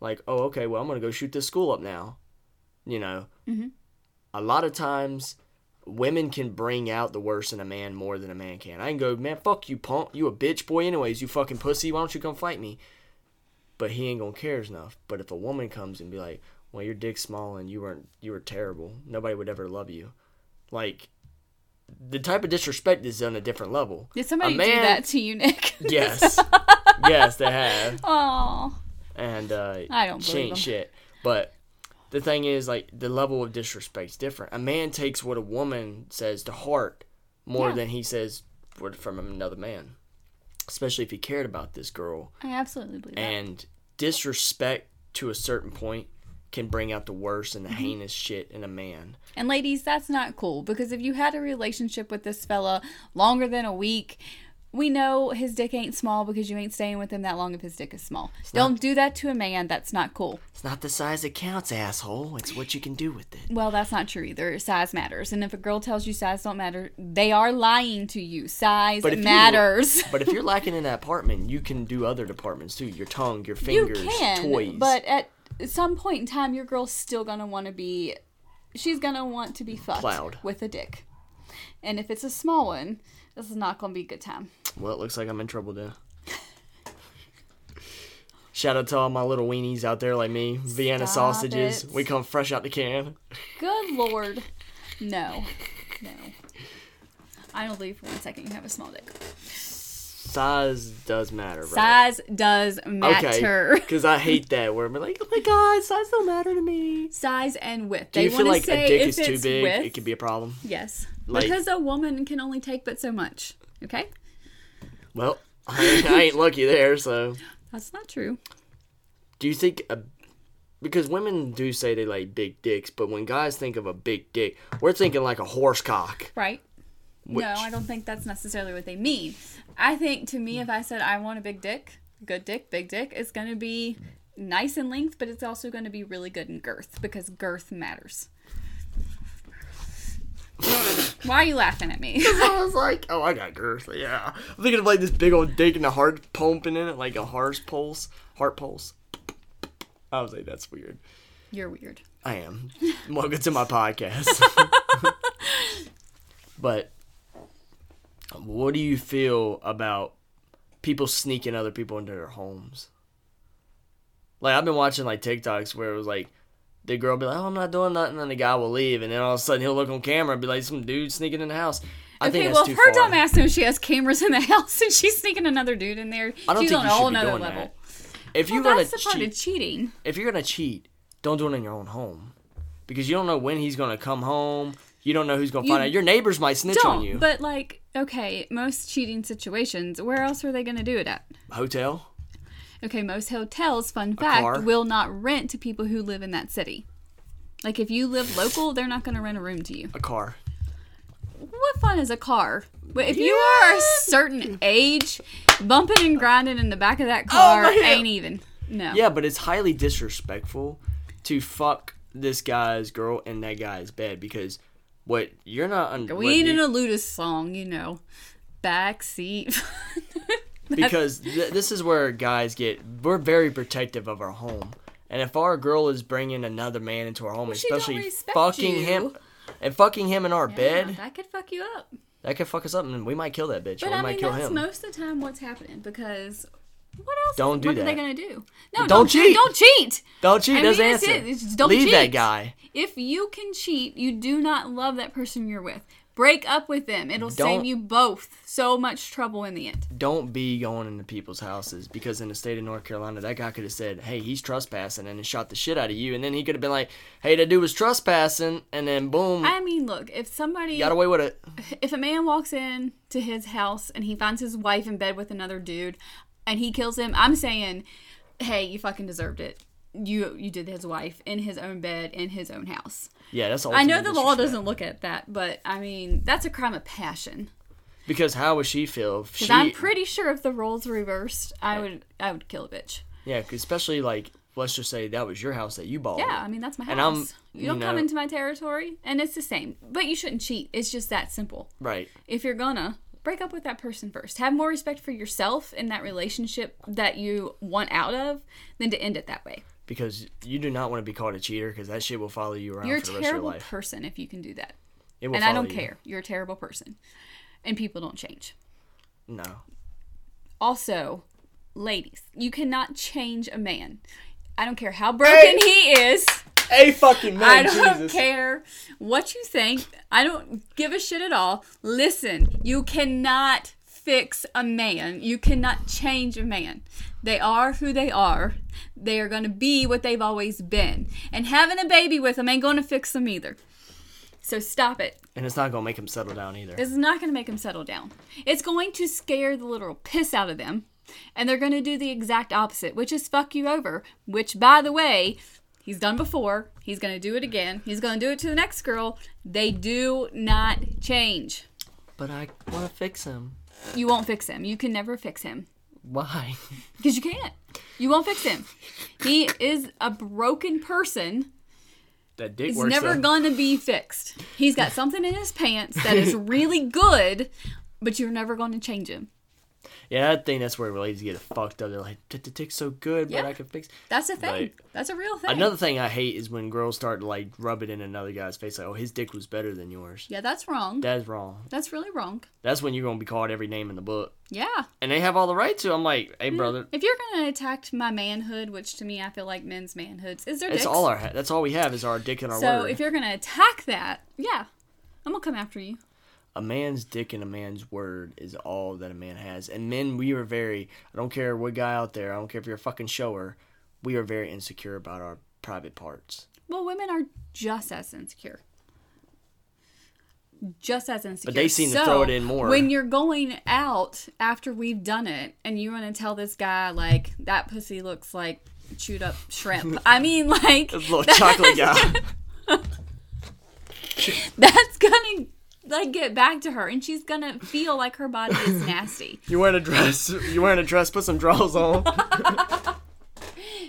Speaker 1: Like, oh, okay, well, I'm gonna go shoot this school up now. You know,
Speaker 2: Mm-hmm.
Speaker 1: a lot of times women can bring out the worst in a man more than a man can. I can go, man, fuck you, punk. You a bitch boy, anyways. You fucking pussy. Why don't you come fight me? But he ain't gonna care enough. But if a woman comes and be like, well, your dick's small and you weren't, you were terrible. Nobody would ever love you. Like, the type of disrespect is on a different level.
Speaker 2: Did somebody
Speaker 1: a
Speaker 2: do that to you, Nick?
Speaker 1: Yes. yes, they have
Speaker 2: Oh,
Speaker 1: and uh,
Speaker 2: I don't
Speaker 1: she
Speaker 2: believe
Speaker 1: ain't
Speaker 2: him.
Speaker 1: shit. But the thing is, like the level of disrespect's different. A man takes what a woman says to heart more
Speaker 2: Yeah.
Speaker 1: than he says what- from another man, especially if he cared about this girl.
Speaker 2: I absolutely believe that.
Speaker 1: And disrespect to a certain point can bring out the worst and the
Speaker 2: Mm-hmm.
Speaker 1: heinous shit in a man.
Speaker 2: And ladies, that's not cool because if you had a relationship with this fella longer than a week, we know his dick ain't small because you ain't staying with him that long if his dick is small. Don't do that to a man. That's not cool.
Speaker 1: It's not the size that counts, asshole. It's what you can do with it.
Speaker 2: Well, that's not true either. Size matters. And if a girl tells you size don't matter, they are lying to you. Size
Speaker 1: But if you-
Speaker 2: matters.
Speaker 1: But if you're lacking in that department, you can do other departments too. Your tongue, your
Speaker 2: You,
Speaker 1: fingers,
Speaker 2: can,
Speaker 1: toys.
Speaker 2: but at some point in time, your girl's still gonna want to be. She's gonna want to be fucked
Speaker 1: Plowed.
Speaker 2: with a dick, and if it's a small one, this is not gonna be a good time.
Speaker 1: Well, it looks like I'm in trouble now. Shout out to all my little weenies out there like me. Vienna
Speaker 2: Stop
Speaker 1: sausages.
Speaker 2: it.
Speaker 1: We come fresh out the can.
Speaker 2: Good lord. No. No. I don't believe for one second you have a small dick.
Speaker 1: Size does matter, right?
Speaker 2: Size does matter.
Speaker 1: Because I hate that where I'm like, oh my god, size don't matter to me.
Speaker 2: Size and width.
Speaker 1: Do
Speaker 2: they
Speaker 1: you feel
Speaker 2: wanna
Speaker 1: like
Speaker 2: say
Speaker 1: a dick
Speaker 2: if
Speaker 1: is too
Speaker 2: it's
Speaker 1: big?
Speaker 2: width-
Speaker 1: It could be a problem.
Speaker 2: Yes.
Speaker 1: Like-
Speaker 2: because a woman can only take but so much. Okay?
Speaker 1: Well, I, I ain't lucky there, so.
Speaker 2: That's not true.
Speaker 1: Do you think a because women do say they like big dicks, but when guys think of a big dick, we're thinking like a horse cock.
Speaker 2: Right?
Speaker 1: Which-
Speaker 2: No, I don't think that's necessarily what they mean. I think to me, if I said I want a big dick, good dick, big dick, it's going to be nice in length, but it's also going to be really good in girth because girth matters. Why are you laughing at me?
Speaker 1: I was like, oh, I got girth. Yeah. I'm thinking of like this big old dick and a heart pumping in it, like a heart pulse. Heart pulse. I was like, that's weird.
Speaker 2: You're weird.
Speaker 1: I am. Welcome to my podcast. but what do you feel about people sneaking other people into their homes? Like I've been watching like TikToks where it was like the girl be like, "Oh, I'm not doing nothing," and the guy will leave, and then all of a sudden he'll look on camera and be like, "Some dude sneaking in the house." I
Speaker 2: okay,
Speaker 1: think
Speaker 2: well,
Speaker 1: that's
Speaker 2: if
Speaker 1: too
Speaker 2: her
Speaker 1: far.
Speaker 2: dumb ass knows she has cameras in the house and she's sneaking another dude in there.
Speaker 1: I don't
Speaker 2: she's
Speaker 1: think
Speaker 2: on
Speaker 1: you
Speaker 2: a
Speaker 1: should
Speaker 2: whole
Speaker 1: be
Speaker 2: nother
Speaker 1: doing
Speaker 2: level.
Speaker 1: that. If you're
Speaker 2: well,
Speaker 1: gonna
Speaker 2: that's the part
Speaker 1: cheat,
Speaker 2: of cheating.
Speaker 1: if you're gonna cheat, don't do it in your own home, because you don't know when he's gonna come home. You don't know who's gonna
Speaker 2: You
Speaker 1: find out. Your neighbors might snitch on
Speaker 2: Don't.
Speaker 1: you.
Speaker 2: But, like, okay, most cheating situations, where else are they going to do it at?
Speaker 1: Hotel.
Speaker 2: Okay, most hotels, fun fact,
Speaker 1: car?
Speaker 2: will not rent to people who live in that city. Like if you live local, they're not going to rent a room to you.
Speaker 1: a car.
Speaker 2: What fun is a car? But if you are a certain age, bumping and grinding in the back of that car
Speaker 1: Oh my-
Speaker 2: ain't even. No.
Speaker 1: Yeah, but it's highly disrespectful to fuck this guy's girl in that guy's bed because what you're not un- what
Speaker 2: We ain't
Speaker 1: you-
Speaker 2: in a Ludus song, you know. Backseat.
Speaker 1: because th- this is where guys get we're very protective of our home. And if our girl is bringing another man into our home,
Speaker 2: she don't
Speaker 1: especially
Speaker 2: respect
Speaker 1: fucking
Speaker 2: you.
Speaker 1: him and fucking him in our
Speaker 2: Yeah,
Speaker 1: bed,
Speaker 2: that could fuck you up.
Speaker 1: that could fuck us up and we might kill that bitch. or
Speaker 2: But
Speaker 1: we
Speaker 2: I
Speaker 1: might
Speaker 2: mean,
Speaker 1: kill
Speaker 2: that's
Speaker 1: him.
Speaker 2: most of the time what's happening because what else?
Speaker 1: Don't do
Speaker 2: what are
Speaker 1: that.
Speaker 2: they gonna do? No,
Speaker 1: Don't
Speaker 2: don't, cheat.
Speaker 1: cheat.
Speaker 2: Don't cheat.
Speaker 1: don't cheat.
Speaker 2: I
Speaker 1: That's
Speaker 2: mean,
Speaker 1: the
Speaker 2: that's
Speaker 1: answer.
Speaker 2: it. It's just don't
Speaker 1: Leave that
Speaker 2: cheat.
Speaker 1: guy.
Speaker 2: If you can cheat, you do not love that person you're with. Break up with them. It'll save
Speaker 1: Don't-
Speaker 2: you both so much trouble in the end.
Speaker 1: don't be going into people's houses because in the state of North Carolina, that guy could have said, "Hey, he's trespassing," and then shot the shit out of you, and then he could have been like, "Hey, that dude was trespassing," and then boom,
Speaker 2: I mean, look, if somebody,
Speaker 1: got away with it.
Speaker 2: if a man walks in to his house and he finds his wife in bed with another dude and he kills him, I'm saying, hey, you fucking deserved it. you you did his wife in his own bed in his own house.
Speaker 1: Yeah, that's all.
Speaker 2: I know the law doesn't look at that, but I mean that's a crime of passion.
Speaker 1: Because how would she feel if she?
Speaker 2: Because I'm pretty sure if the roles reversed, I would I would kill a bitch.
Speaker 1: yeah, 'cause especially like let's just say that was your house that you bought.
Speaker 2: Yeah, I mean that's my house.
Speaker 1: And I'm-
Speaker 2: you don't
Speaker 1: you
Speaker 2: come
Speaker 1: know-
Speaker 2: into my territory, and it's the same. But you shouldn't cheat. It's just that simple.
Speaker 1: Right.
Speaker 2: If you're gonna break up with that person first, have more respect for yourself in that relationship that you want out of than to end it that way.
Speaker 1: Because you do not want to be called a cheater because that shit will follow you around
Speaker 2: You're a
Speaker 1: for the rest of your
Speaker 2: terrible
Speaker 1: life.
Speaker 2: person if you can do that.
Speaker 1: It will
Speaker 2: and I
Speaker 1: follow
Speaker 2: don't
Speaker 1: you.
Speaker 2: care. You're a terrible person. And people don't change.
Speaker 1: No.
Speaker 2: Also, ladies, you cannot change a man. I don't care how broken he is.
Speaker 1: Hey, fucking
Speaker 2: I
Speaker 1: man,
Speaker 2: don't
Speaker 1: Jesus.
Speaker 2: care what you think. I don't give a shit at all. Listen, you cannot fix a man. You cannot change a man. They are who they are. They are going to be what they've always been. And having a baby with them ain't going to fix them either. So stop it.
Speaker 1: And it's not gonna make him settle down either.
Speaker 2: This is not going to make them settle down. It's going to scare the literal piss out of them. And they're going to do the exact opposite, which is fuck you over. Which, by the way, he's done before. He's going to do it again. He's going to do it to the next girl. They do not change.
Speaker 1: But I want to fix him.
Speaker 2: You won't fix him. You can never fix him
Speaker 1: Why?
Speaker 2: because you can't. You won't fix him. He is a broken person.
Speaker 1: That dick
Speaker 2: He's
Speaker 1: works.
Speaker 2: never
Speaker 1: though.
Speaker 2: going to be fixed. He's got something in his pants that is really good, but you're never going to change him.
Speaker 1: Yeah, I think that's where ladies get fucked up. They're like, "Th- the dick's so good, but
Speaker 2: Yeah.
Speaker 1: I can fix.
Speaker 2: That's a thing.
Speaker 1: Right.
Speaker 2: That's a real thing.
Speaker 1: Another thing I hate is when girls start to like rub it in another guy's face, like, oh, his dick was better than yours.
Speaker 2: yeah, that's wrong.
Speaker 1: That is wrong.
Speaker 2: that's really wrong.
Speaker 1: That's when you're gonna be called every name in the book,
Speaker 2: Yeah.
Speaker 1: and they have all the right to. I'm like, hey, brother,
Speaker 2: If you're going to attack my manhood, which to me I feel like men's manhoods is their
Speaker 1: it's
Speaker 2: dicks.
Speaker 1: all our. Ha- that's all we have is our dick and our
Speaker 2: so
Speaker 1: word.
Speaker 2: if you're going to attack that, yeah, I'm going to come after you.
Speaker 1: a man's dick and a man's word is all that a man has. And men, we are very. I don't care what guy out there. I don't care if you're a fucking shower. We are very insecure about our private parts.
Speaker 2: Well, women are just as insecure. Just as insecure.
Speaker 1: they seem to
Speaker 2: So,
Speaker 1: throw it in more.
Speaker 2: When you're going out after we've done it and you want to tell this guy, like, that pussy looks like chewed up shrimp. I mean, like,
Speaker 1: Little chocolate guy.
Speaker 2: that's gonna like get back to her and she's gonna feel like her body is nasty
Speaker 1: You're wearing a dress. You're wearing a dress. Put some drawers on.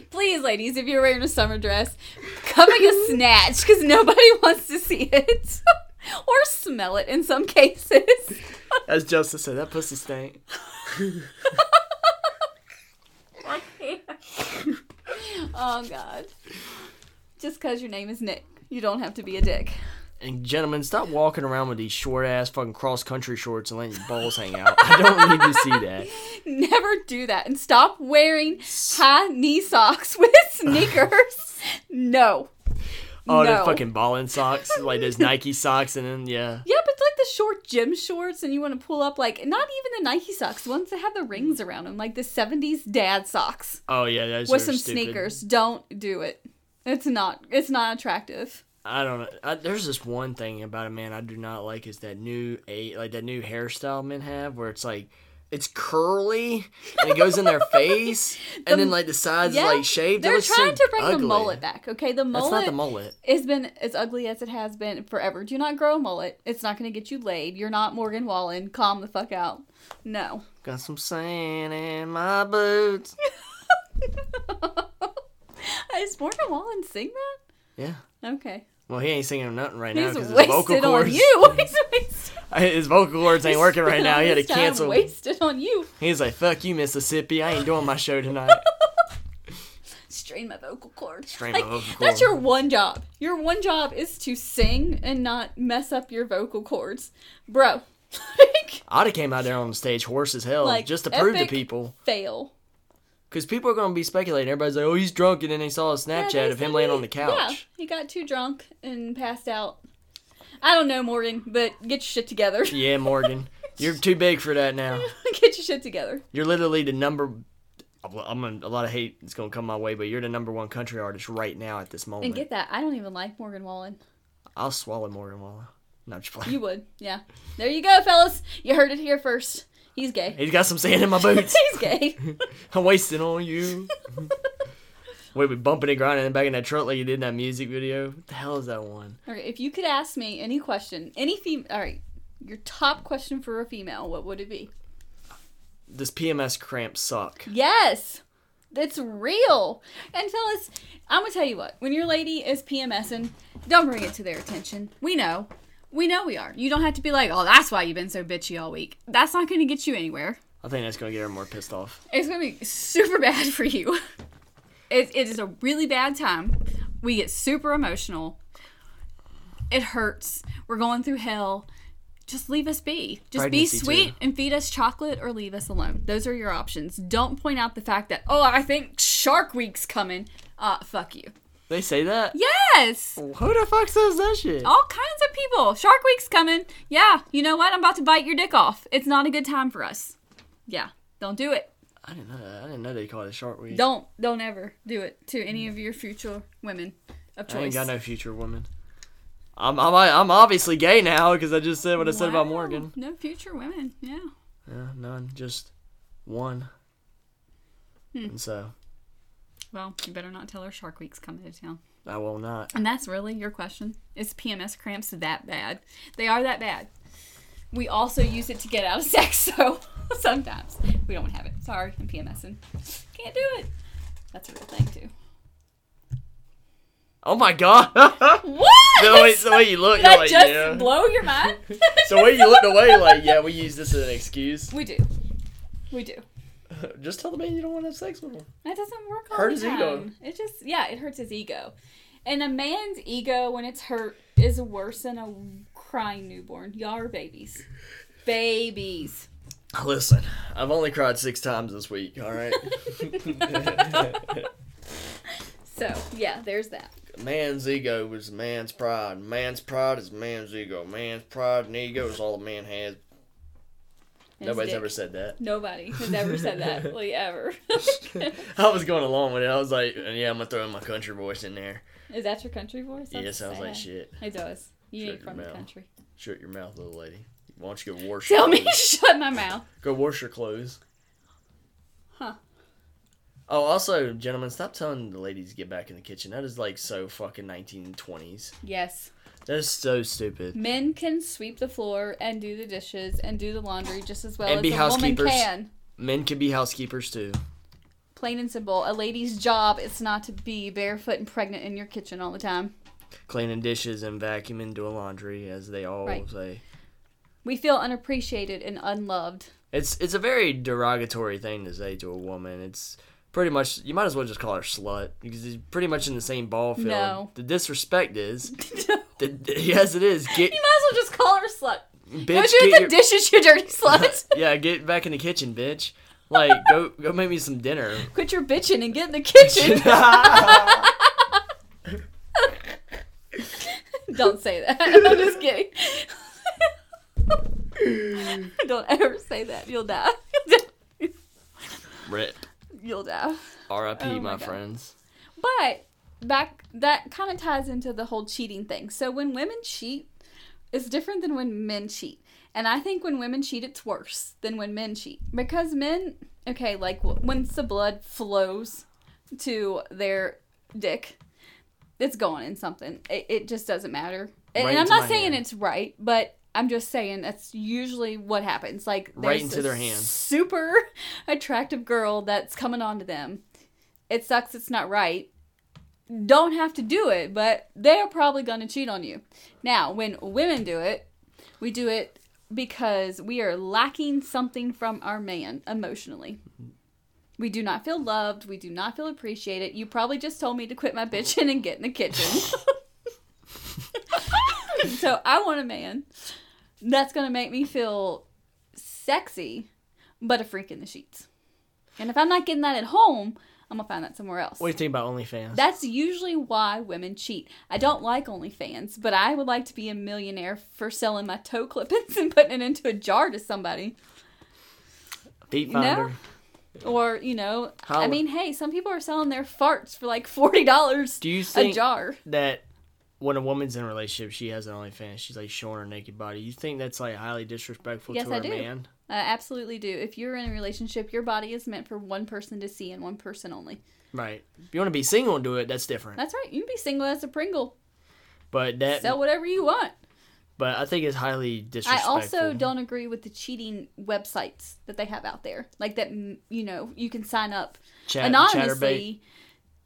Speaker 2: please ladies if you're wearing a summer dress come and get snatched because nobody wants to see it or smell it in some cases
Speaker 1: As Justice said, that pussy stank.
Speaker 2: oh god just because your name is nick you don't have to be a dick
Speaker 1: And gentlemen, stop walking around with these short ass fucking cross country shorts and letting your balls hang out. I don't need to see that.
Speaker 2: never do that and stop wearing high knee socks with sneakers no
Speaker 1: Oh, they're
Speaker 2: No.
Speaker 1: fucking balling socks, like those Nike socks, and then yeah,
Speaker 2: Yeah, but it's like the short gym shorts, and you want to pull up like not even the Nike socks, the ones that have the rings around them, like the '70s dad socks
Speaker 1: oh yeah, those
Speaker 2: with
Speaker 1: are
Speaker 2: some
Speaker 1: stupid.
Speaker 2: sneakers. Don't do it. It's not. It's not attractive.
Speaker 1: I don't know. I, there's this one thing about a man I do not like is that new a like that new hairstyle men have where it's like it's curly and it goes in their face, and then like the sides
Speaker 2: Yeah,
Speaker 1: like shaved. It
Speaker 2: They're
Speaker 1: looks so
Speaker 2: trying to bring the
Speaker 1: ugly.
Speaker 2: mullet back. Okay, the
Speaker 1: That's
Speaker 2: mullet.
Speaker 1: not the mullet.
Speaker 2: It's been as ugly as it has been forever. Do not grow a mullet. It's not going to get you laid. You're not Morgan Wallen. Calm the fuck out. No.
Speaker 1: Got some sand in my boots.
Speaker 2: Is Morgan Wallen sing that?
Speaker 1: Yeah.
Speaker 2: Okay.
Speaker 1: Well, he ain't singing nothing right now
Speaker 2: He's
Speaker 1: because his vocal
Speaker 2: wasted on
Speaker 1: cords,
Speaker 2: you. He's wasted.
Speaker 1: his vocal cords ain't working right now. He had to
Speaker 2: His time
Speaker 1: cancel.
Speaker 2: Wasted on you.
Speaker 1: He's like, "Fuck you, Mississippi. I ain't doing my show tonight."
Speaker 2: Strain my vocal cord.
Speaker 1: Strain my
Speaker 2: like,
Speaker 1: vocal cord.
Speaker 2: That's your one job. Your one job is to sing and not mess up your vocal cords, bro. like,
Speaker 1: I'd have came out there on the stage hoarse as hell
Speaker 2: Like,
Speaker 1: just to prove to
Speaker 2: epic
Speaker 1: people,
Speaker 2: fail.
Speaker 1: because people are gonna be speculating. Everybody's like, "Oh, he's drunk," and then they saw a Snapchat
Speaker 2: Yeah,
Speaker 1: of him laying on the
Speaker 2: basically, Yeah,
Speaker 1: couch.
Speaker 2: he got too drunk and passed out. I don't know, Morgan, but get your shit together.
Speaker 1: Yeah, Morgan, you're too big for that now.
Speaker 2: get your shit together.
Speaker 1: You're literally the number. I'm gonna, a lot of hate is gonna come my way, but you're the number one country artist right now at this
Speaker 2: And
Speaker 1: moment.
Speaker 2: get that. I don't even like Morgan Wallen.
Speaker 1: I'll swallow Morgan Wallen. No, I'm just playing.
Speaker 2: You would. Yeah. There you go, fellas. You heard it here first. He's gay.
Speaker 1: He's got some sand in my boots.
Speaker 2: He's gay.
Speaker 1: I'm wasting on you. way we bumping and grinding and back in that truck like you did in that music video. What the hell is that one?
Speaker 2: Okay, if you could ask me any question, any female, all right, your top question for a female, what would it be?
Speaker 1: Does PMS cramps suck?
Speaker 2: Yes, that's real. And fellas, I'm gonna tell you what: when your lady is PMSing, don't bring it to their attention. We know, we know we are. You don't have to be like, "Oh, that's why you've been so bitchy all week." That's not gonna get you anywhere.
Speaker 1: I think that's gonna get her more pissed off.
Speaker 2: It's gonna be super bad for you. It, it is a really bad time. We get super emotional. It hurts. We're going through hell. Just leave us be. Just
Speaker 1: Pregnancy,
Speaker 2: be sweet
Speaker 1: too.
Speaker 2: and feed us chocolate or leave us alone. Those are your options. Don't point out the fact that, oh, I think Shark Week's coming. Uh, fuck you.
Speaker 1: They say that.
Speaker 2: Yes!
Speaker 1: Who the fuck says that shit?
Speaker 2: All kinds of people. Shark Week's coming. Yeah, you know what? I'm about to bite your dick off. It's not a good time for us. Yeah, don't do it.
Speaker 1: I didn't know. That. I didn't know they called it Shark Week.
Speaker 2: Don't, don't ever do it to any of your future women of choice.
Speaker 1: I ain't got no future woman. I'm I'm I'm obviously gay now because I just said what I said about
Speaker 2: Wow.
Speaker 1: Morgan.
Speaker 2: No future women. Yeah.
Speaker 1: Yeah, none, just one.
Speaker 2: Hmm.
Speaker 1: And so
Speaker 2: Well, you better not tell her Shark Week's coming to town.
Speaker 1: I will not.
Speaker 2: And that's really your question. Is PMS cramps that bad? They are that bad. We also use it to get out of sex, so sometimes we don't have it. Sorry, I'm PMSing. Can't do it. That's a real thing too.
Speaker 1: Oh my god! the
Speaker 2: What?
Speaker 1: way the way you look,
Speaker 2: Did
Speaker 1: you're
Speaker 2: I
Speaker 1: like
Speaker 2: just
Speaker 1: yeah.
Speaker 2: blow your mind?
Speaker 1: the way you looked away, like yeah, we use this as an excuse.
Speaker 2: we do. We do.
Speaker 1: just tell the man you don't want to have sex with him.
Speaker 2: That doesn't work all
Speaker 1: Hurt
Speaker 2: the
Speaker 1: his
Speaker 2: time.
Speaker 1: ego.
Speaker 2: It just yeah, it hurts his ego. And a man's ego when it's hurt is worse than a crying newborn. Y'all are babies. Babies.
Speaker 1: Listen, I've only cried six times this week. All right,
Speaker 2: So yeah, there's that.
Speaker 1: man's ego is man's pride. Man's pride is man's ego. Man's pride and ego is all a man has.
Speaker 2: And his
Speaker 1: Nobody's
Speaker 2: dick.
Speaker 1: ever said that.
Speaker 2: Nobody has ever said that, like ever.
Speaker 1: I was going along with it. I was like, yeah, I'm gonna throw in my country voice in there.
Speaker 2: Is that your country voice?
Speaker 1: Yeah,
Speaker 2: That's
Speaker 1: it sounds like
Speaker 2: sad.
Speaker 1: shit.
Speaker 2: It does. You
Speaker 1: Shut
Speaker 2: ain't
Speaker 1: your
Speaker 2: from the
Speaker 1: mouth.
Speaker 2: country.
Speaker 1: Shut your mouth, little lady. Why don't you go wash?
Speaker 2: Tell
Speaker 1: your
Speaker 2: me,
Speaker 1: clothes?
Speaker 2: shut my mouth.
Speaker 1: Go wash your clothes.
Speaker 2: Huh.
Speaker 1: Oh, also, gentlemen, stop telling the ladies to get back in the kitchen. That is like so fucking 1920s.
Speaker 2: Yes,
Speaker 1: That is so stupid.
Speaker 2: men can sweep the floor and do the dishes and do the laundry just as well
Speaker 1: And
Speaker 2: as
Speaker 1: be
Speaker 2: a
Speaker 1: housekeepers.
Speaker 2: woman can.
Speaker 1: Men can be housekeepers too.
Speaker 2: Plain and simple. A lady's job is not to be barefoot and pregnant in your kitchen all the time.
Speaker 1: Cleaning dishes and vacuuming, doing laundry, as they all
Speaker 2: Right.
Speaker 1: say.
Speaker 2: We feel unappreciated and unloved.
Speaker 1: It's it's a very derogatory thing to say to a woman. It's pretty much you might as well just call her slut because it's pretty much in the same ball field.
Speaker 2: No.
Speaker 1: The disrespect is.
Speaker 2: you might
Speaker 1: The, the- yes, it is. Get
Speaker 2: as well just call her slut. Go
Speaker 1: bitch.
Speaker 2: do the
Speaker 1: Get your,
Speaker 2: dishes, you dirty slut.
Speaker 1: yeah, get back in the kitchen, bitch. Like go go make me some dinner.
Speaker 2: Quit your bitching and get in the kitchen. Don't say that. I'm just kidding. Don't ever say that. You'll die.
Speaker 1: Rip.
Speaker 2: You'll die.
Speaker 1: R.I.P.
Speaker 2: Oh my
Speaker 1: my,
Speaker 2: God.
Speaker 1: friends.
Speaker 2: But back that kind of ties into the whole cheating thing. So when women cheat, it's different than when men cheat. And I think when women cheat, it's worse than when men cheat because men, okay, like w- once the blood flows to their dick, it's gone in something. It, it just doesn't matter. And,
Speaker 1: Right
Speaker 2: and I'm
Speaker 1: into
Speaker 2: not
Speaker 1: my
Speaker 2: saying
Speaker 1: hand.
Speaker 2: it's right, but I'm just saying that's usually what happens. Like
Speaker 1: Right
Speaker 2: there's
Speaker 1: into
Speaker 2: a
Speaker 1: their hand.
Speaker 2: Super attractive girl that's coming on to them. It sucks. It's not right. Don't have to do it, but they're probably going to cheat on you. Now, when women do it, we do it because we are lacking something from our man emotionally. We do not feel loved. We do not feel appreciated. You probably just told me to quit my bitching and get in the kitchen. so I want a man that's going to make me feel sexy, but a freak in the sheets. And if I'm not getting that at home, I'm going to find that somewhere else.
Speaker 1: What do you think about OnlyFans?
Speaker 2: That's usually why women cheat. I don't like OnlyFans, but I would like to be a millionaire for selling my toe clippings and putting it into a jar to somebody.
Speaker 1: Feet
Speaker 2: No.
Speaker 1: finder.
Speaker 2: Or, you know, I
Speaker 1: How-
Speaker 2: mean, hey, some people are selling their farts for like $40
Speaker 1: Do you
Speaker 2: a
Speaker 1: think
Speaker 2: jar.
Speaker 1: that when a woman's in a relationship, she has an OnlyFans, she's like showing her naked body. You think that's like highly disrespectful
Speaker 2: Yes,
Speaker 1: to
Speaker 2: I
Speaker 1: her
Speaker 2: do.
Speaker 1: man?
Speaker 2: Uh, absolutely do. If you're in a relationship, your body is meant for one person to see and one person only.
Speaker 1: Right. If you want to be single and do it, that's different.
Speaker 2: That's right. You can be single as a Pringle.
Speaker 1: But that.
Speaker 2: Sell whatever you want.
Speaker 1: But I think it's highly
Speaker 2: I
Speaker 1: disrespectful.
Speaker 2: also don't agree with the cheating websites that they have out there. Like that, mm, you know, you can sign up
Speaker 1: Chat- chatterbait.
Speaker 2: anonymously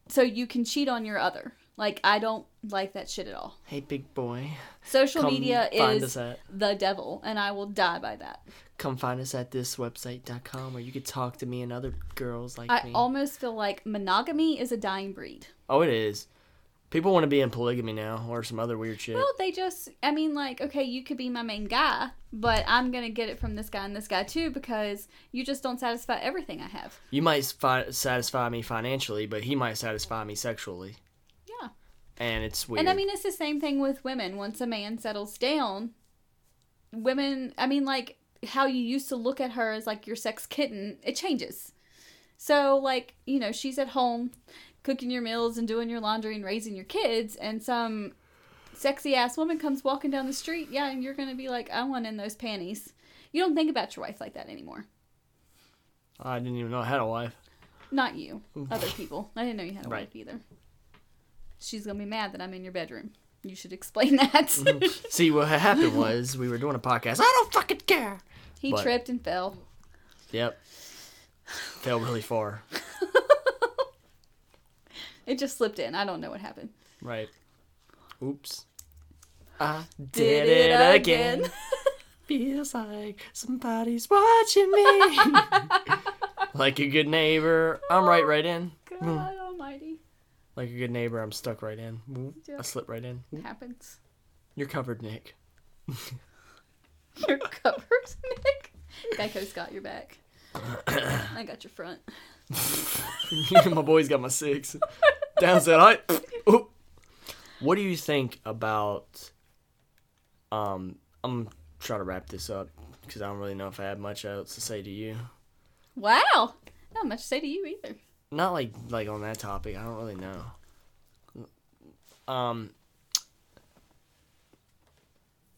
Speaker 2: so you can cheat on your other. Like, I don't like that shit at all.
Speaker 1: Hey, big boy.
Speaker 2: Social
Speaker 1: Come
Speaker 2: media
Speaker 1: find
Speaker 2: is
Speaker 1: us at-
Speaker 2: the devil, and I will die by that.
Speaker 1: Come find us at this website.com where you could talk to me and other girls like
Speaker 2: I
Speaker 1: me.
Speaker 2: almost feel like monogamy is a dying breed.
Speaker 1: oh, it is. People want to be in polygamy now or some other weird shit.
Speaker 2: Well, they just, I mean, like, okay, you could be my main guy, but I'm going to get it from this guy and this guy too because you just don't satisfy everything I have.
Speaker 1: you might fi- satisfy me financially, but he might satisfy me sexually.
Speaker 2: Yeah.
Speaker 1: And it's weird.
Speaker 2: And I mean, it's the same thing with women. Once a man settles down, women, I mean, like, how you used to look at her as like your sex kitten, it changes. So, like, you know, she's at home cooking your meals and doing your laundry and raising your kids, and some sexy ass woman comes walking down the street. Yeah, and you're going to be like, I want in those panties. You don't think about your wife like that anymore.
Speaker 1: I didn't even know I had a wife.
Speaker 2: Not you, other people. I didn't know you had a
Speaker 1: Right.
Speaker 2: wife either. She's going to be mad that I'm in your bedroom. You should explain that.
Speaker 1: See, what had happened was we were doing a podcast. I don't fucking care.
Speaker 2: He
Speaker 1: But-
Speaker 2: tripped and fell.
Speaker 1: Yep. Fell really far.
Speaker 2: It just slipped in. I don't know what happened.
Speaker 1: Right. Oops. I did, it, again. Feels like somebody's watching me. like a good neighbor, I'm right right in.
Speaker 2: God almighty.
Speaker 1: Like a good neighbor, I'm stuck right in. Oop, I slip right in. Oop,
Speaker 2: Happens.
Speaker 1: You're covered, Nick.
Speaker 2: Your covers, Nick. Geico's got your back. I got your front.
Speaker 1: my boy's got my six. Down that height. Oop. What do you think about? Um, I'm trying to wrap this up because I don't really know if I have much else to say to you.
Speaker 2: Wow. Not much to say to you either.
Speaker 1: Not like like on that topic. I don't really know. Um,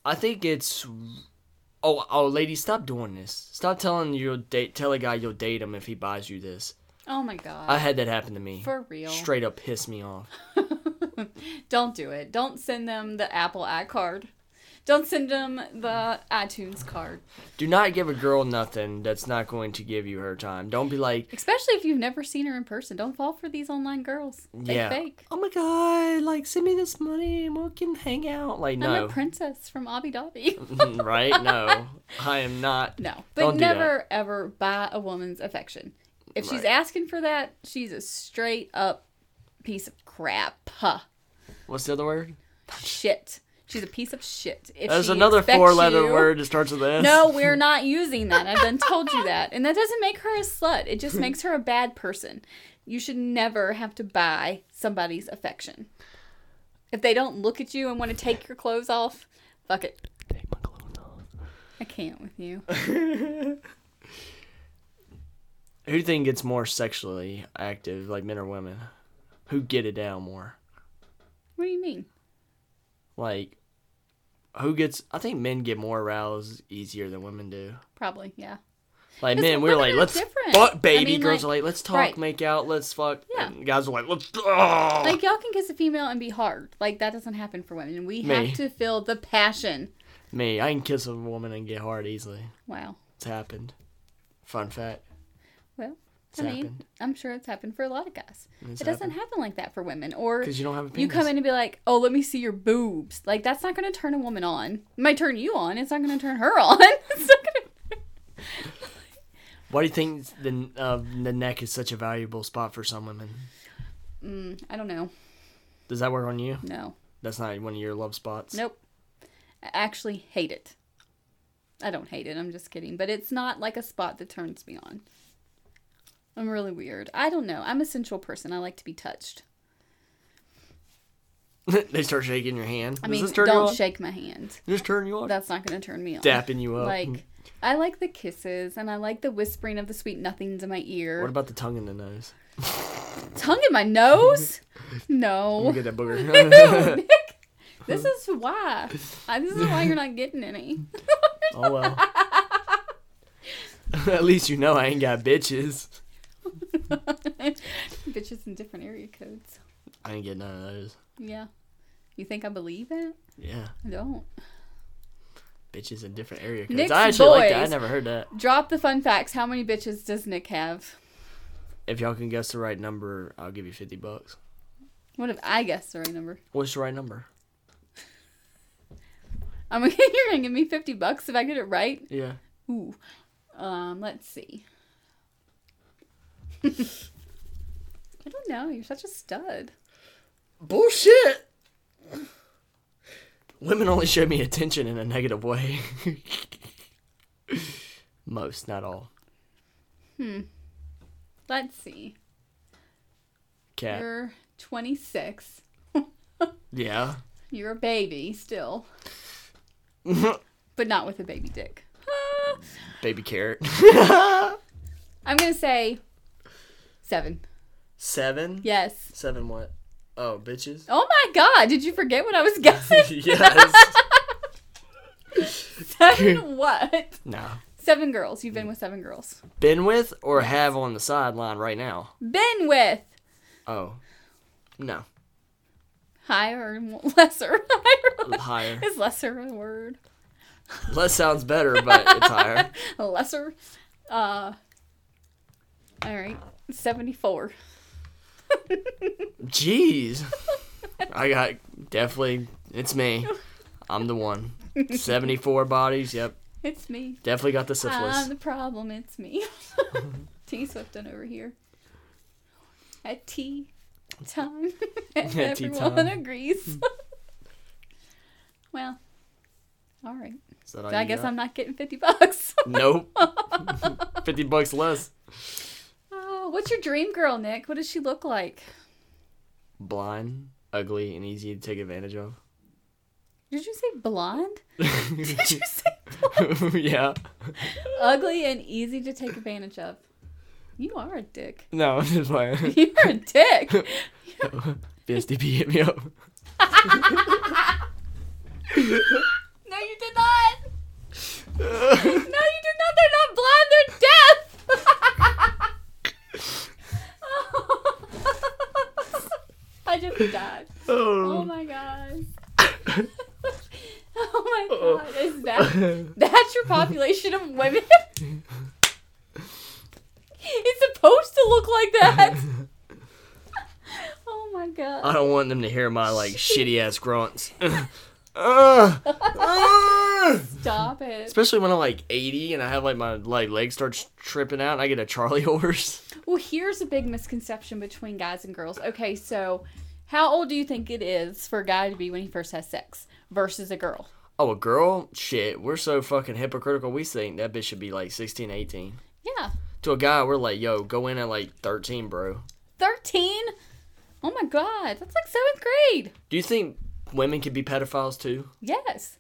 Speaker 1: I think it's. Oh, oh, lady, stop doing this. Stop telling you'll date. Tell a guy you'll date him if he buys you this.
Speaker 2: Oh my god.
Speaker 1: I had that happen to me.
Speaker 2: For real.
Speaker 1: Straight up pissed me off.
Speaker 2: Don't do it. Don't send them the Apple iCard. Don't send them the iTunes card.
Speaker 1: Do not give a girl nothing that's not going to give you her time. Don't be like,
Speaker 2: Especially if you've never seen her in person. Don't fall for these online girls. They
Speaker 1: yeah,
Speaker 2: fake.
Speaker 1: oh my god, like send me this money and we can hang out. Like
Speaker 2: I'm a
Speaker 1: no,
Speaker 2: princess from Abu Dhabi.
Speaker 1: right? No, I am not.
Speaker 2: No, but
Speaker 1: Don't do that.
Speaker 2: never ever buy a woman's affection. If she's
Speaker 1: Right.
Speaker 2: asking for that, she's a straight up piece of crap. Huh.
Speaker 1: What's the other word?
Speaker 2: Shit. She's a piece of shit. If
Speaker 1: There's
Speaker 2: she
Speaker 1: another
Speaker 2: expects
Speaker 1: four-letter
Speaker 2: you-
Speaker 1: word that starts with S.
Speaker 2: No, we're not using that. I've been told you that. And that doesn't make her a slut. It just makes her a bad person. You should never have to buy somebody's affection. If they don't look at you and want to take your clothes off, fuck it.
Speaker 1: Take my clothes off.
Speaker 2: I can't with you.
Speaker 1: Who do you think gets more sexually active, like men or women? Who get it down more?
Speaker 2: What do you mean?
Speaker 1: Like, who gets? I think men get more aroused easier than women do.
Speaker 2: Probably, yeah.
Speaker 1: Like
Speaker 2: 'Cause
Speaker 1: men, we were
Speaker 2: women
Speaker 1: like,
Speaker 2: are
Speaker 1: let's
Speaker 2: different. I
Speaker 1: fuck, baby.
Speaker 2: mean,
Speaker 1: Girls
Speaker 2: like-
Speaker 1: are like, let's talk,
Speaker 2: right.
Speaker 1: make out, let's fuck.
Speaker 2: Yeah.
Speaker 1: And guys are like, let's. Oh.
Speaker 2: Like y'all can kiss a female and be hard. Like that doesn't happen for women. We
Speaker 1: Me.
Speaker 2: have to feel the passion.
Speaker 1: Me, I can kiss a woman and get hard easily.
Speaker 2: Wow.
Speaker 1: It's happened. Fun fact.
Speaker 2: Well,
Speaker 1: It's
Speaker 2: I mean,
Speaker 1: happened.
Speaker 2: I'm sure it's happened for a lot of guys.
Speaker 1: It's
Speaker 2: it doesn't happen like that for women. Or
Speaker 1: Because you don't have a penis.
Speaker 2: you come in and be like, "Oh, let me see your boobs." Like that's not going to turn a woman on. It might turn you on. It's not going to turn her on. it's not going to.
Speaker 1: Why do you think the uh, the neck is such a valuable spot for some women?
Speaker 2: Mm, I don't know.
Speaker 1: Does that work on you?
Speaker 2: No.
Speaker 1: That's not one of your love spots.
Speaker 2: Nope. I actually hate it. I don't hate it. I'm just kidding. But it's not like a spot that turns me on. I'm really weird. I don't know. I'm a sensual person. I like to be touched.
Speaker 1: they start shaking your hand.
Speaker 2: I
Speaker 1: Does
Speaker 2: mean,
Speaker 1: this turn you
Speaker 2: don't
Speaker 1: on?
Speaker 2: shake my hand.
Speaker 1: Does this turn you on?
Speaker 2: That's not going to turn me on.
Speaker 1: Dapping you up.
Speaker 2: Like, I like the kisses and I like the whispering of the sweet nothings in my ear.
Speaker 1: What about the tongue in the nose?
Speaker 2: Tongue in my nose?
Speaker 1: Let
Speaker 2: No.
Speaker 1: me get that booger.
Speaker 2: Ew, Nick. This is why. I- This is why you're not getting any.
Speaker 1: oh well. Oh, At least you know I ain't got bitches.
Speaker 2: Bitches in different area codes.
Speaker 1: I ain't get none of those.
Speaker 2: Yeah. You think I believe it?
Speaker 1: Yeah.
Speaker 2: I don't.
Speaker 1: Bitches in different area codes.
Speaker 2: Nick's
Speaker 1: I actually like that. I
Speaker 2: boys.
Speaker 1: never heard that.
Speaker 2: Drop the fun facts. How many bitches does Nick have?
Speaker 1: If y'all can guess the right number, I'll give you 50 bucks.
Speaker 2: What if I guess the right number?
Speaker 1: What's the right number?
Speaker 2: I'm gonna, you're gonna give me fifty bucks if I get it right.
Speaker 1: Yeah.
Speaker 2: Ooh. Um, let's see. I don't know. You're such a stud.
Speaker 1: Bullshit! Women only show me attention in a negative way. Most, not all.
Speaker 2: Let's see.
Speaker 1: Cat.
Speaker 2: You're 26.
Speaker 1: Yeah.
Speaker 2: You're a baby still, but not with a baby dick. Ah.
Speaker 1: Baby carrot.
Speaker 2: I'm gonna say seven.
Speaker 1: Seven?
Speaker 2: Yes.
Speaker 1: Seven what? Oh, bitches?
Speaker 2: Oh my god! Did you forget what I was guessing?
Speaker 1: yes.
Speaker 2: seven what?
Speaker 1: No.
Speaker 2: Seven girls. You've been with seven girls.
Speaker 1: Been with or have on the sideline right now?
Speaker 2: Been with
Speaker 1: Oh. No.
Speaker 2: higher and lesser. Higher.
Speaker 1: Higher.
Speaker 2: Is lesser a word?
Speaker 1: Less sounds better, but it's higher.
Speaker 2: Lesser. Uh. All right. Seventy-four.
Speaker 1: Jeez. I got definitely, it's me. I'm the one. 74 bodies, yep.
Speaker 2: It's me.
Speaker 1: Definitely got the syphilis.
Speaker 2: I'm the problem. It's me. T Swift on over here. At tea time,
Speaker 1: At tea
Speaker 2: everyone
Speaker 1: time. Hmm.
Speaker 2: agrees. well, all right.
Speaker 1: Is that all
Speaker 2: So I
Speaker 1: you
Speaker 2: guess
Speaker 1: got?
Speaker 2: I'm not getting fifty bucks.
Speaker 1: Nope. 50 bucks less.
Speaker 2: oh, what's your dream girl, Nick? What does she look like?
Speaker 1: Blind, ugly, and easy to take advantage of.
Speaker 2: Did you say blonde? Did you say
Speaker 1: yeah.
Speaker 2: ugly and easy to take advantage of? You are a dick.
Speaker 1: No, I'm just playing.
Speaker 2: You're a dick.
Speaker 1: BSDP hit me up.
Speaker 2: No, you did not. No, you did not. They're not blind. They're deaf. I just died. Oh
Speaker 1: oh.
Speaker 2: my gosh. oh my god. Is that that's your population of women? it's supposed to look like that. oh my
Speaker 1: I
Speaker 2: god.
Speaker 1: don't want them to hear my like shitty ass grunts. Ah! Ah!
Speaker 2: Stop it.
Speaker 1: Especially when I'm like 80 and I have like my like leg starts tripping out and I get a Charlie horse.
Speaker 2: Well, here's a big misconception between guys and girls. Okay, so how old do you think it is for a guy to be when he first has sex versus a girl?
Speaker 1: Oh, a girl? Shit, we're so fucking hypocritical. We think that bitch should be like 16, 18.
Speaker 2: Yeah.
Speaker 1: To a guy, we're like, yo, go in at like 13, bro.
Speaker 2: 13? Oh my god, that's like seventh grade.
Speaker 1: Do you think women could be pedophiles too?
Speaker 2: Yes.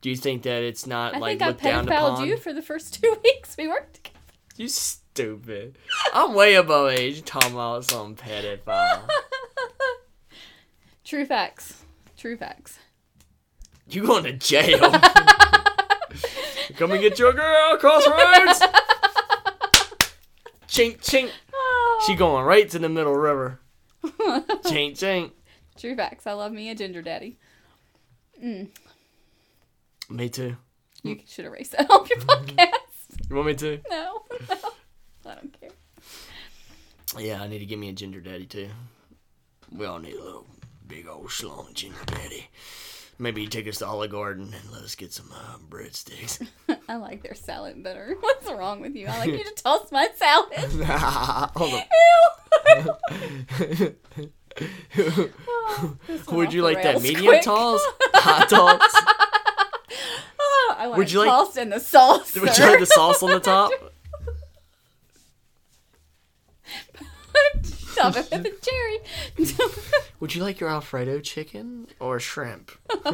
Speaker 1: Do you think that it's not
Speaker 2: I
Speaker 1: like
Speaker 2: think I
Speaker 1: looked down
Speaker 2: pedophiled
Speaker 1: upon?
Speaker 2: you for the first two weeks we worked together.
Speaker 1: You stupid. I'm way above age. You talking about some pedophile.
Speaker 2: True facts. True facts.
Speaker 1: You going to jail. Come and get your girl, crossroads. chink chink.
Speaker 2: Oh.
Speaker 1: She going right to the middle river. Chink chink.
Speaker 2: True facts. I love me a ginger daddy.
Speaker 1: Me too. Hmm.
Speaker 2: You should erase that off your podcast.
Speaker 1: You want me to?
Speaker 2: No. no. I don't care.
Speaker 1: Yeah, I need to give me a ginger daddy too. We all need a little big old slung ginger daddy. Maybe you take us to Olive Garden and let us get some uh, breadsticks.
Speaker 2: I like their salad better. What's wrong with you? I like you to toss my salad.
Speaker 1: Hold on.
Speaker 2: Ew. This went
Speaker 1: Would
Speaker 2: off
Speaker 1: you
Speaker 2: the
Speaker 1: like that
Speaker 2: rails
Speaker 1: medium
Speaker 2: quick.
Speaker 1: toss? Hot toss?
Speaker 2: Oh, I want
Speaker 1: Would
Speaker 2: it
Speaker 1: you like-
Speaker 2: tossed in the sauce.
Speaker 1: Would you
Speaker 2: sir.
Speaker 1: like the sauce on the top?
Speaker 2: Stop it with the cherry.
Speaker 1: Would you like your Alfredo chicken or shrimp?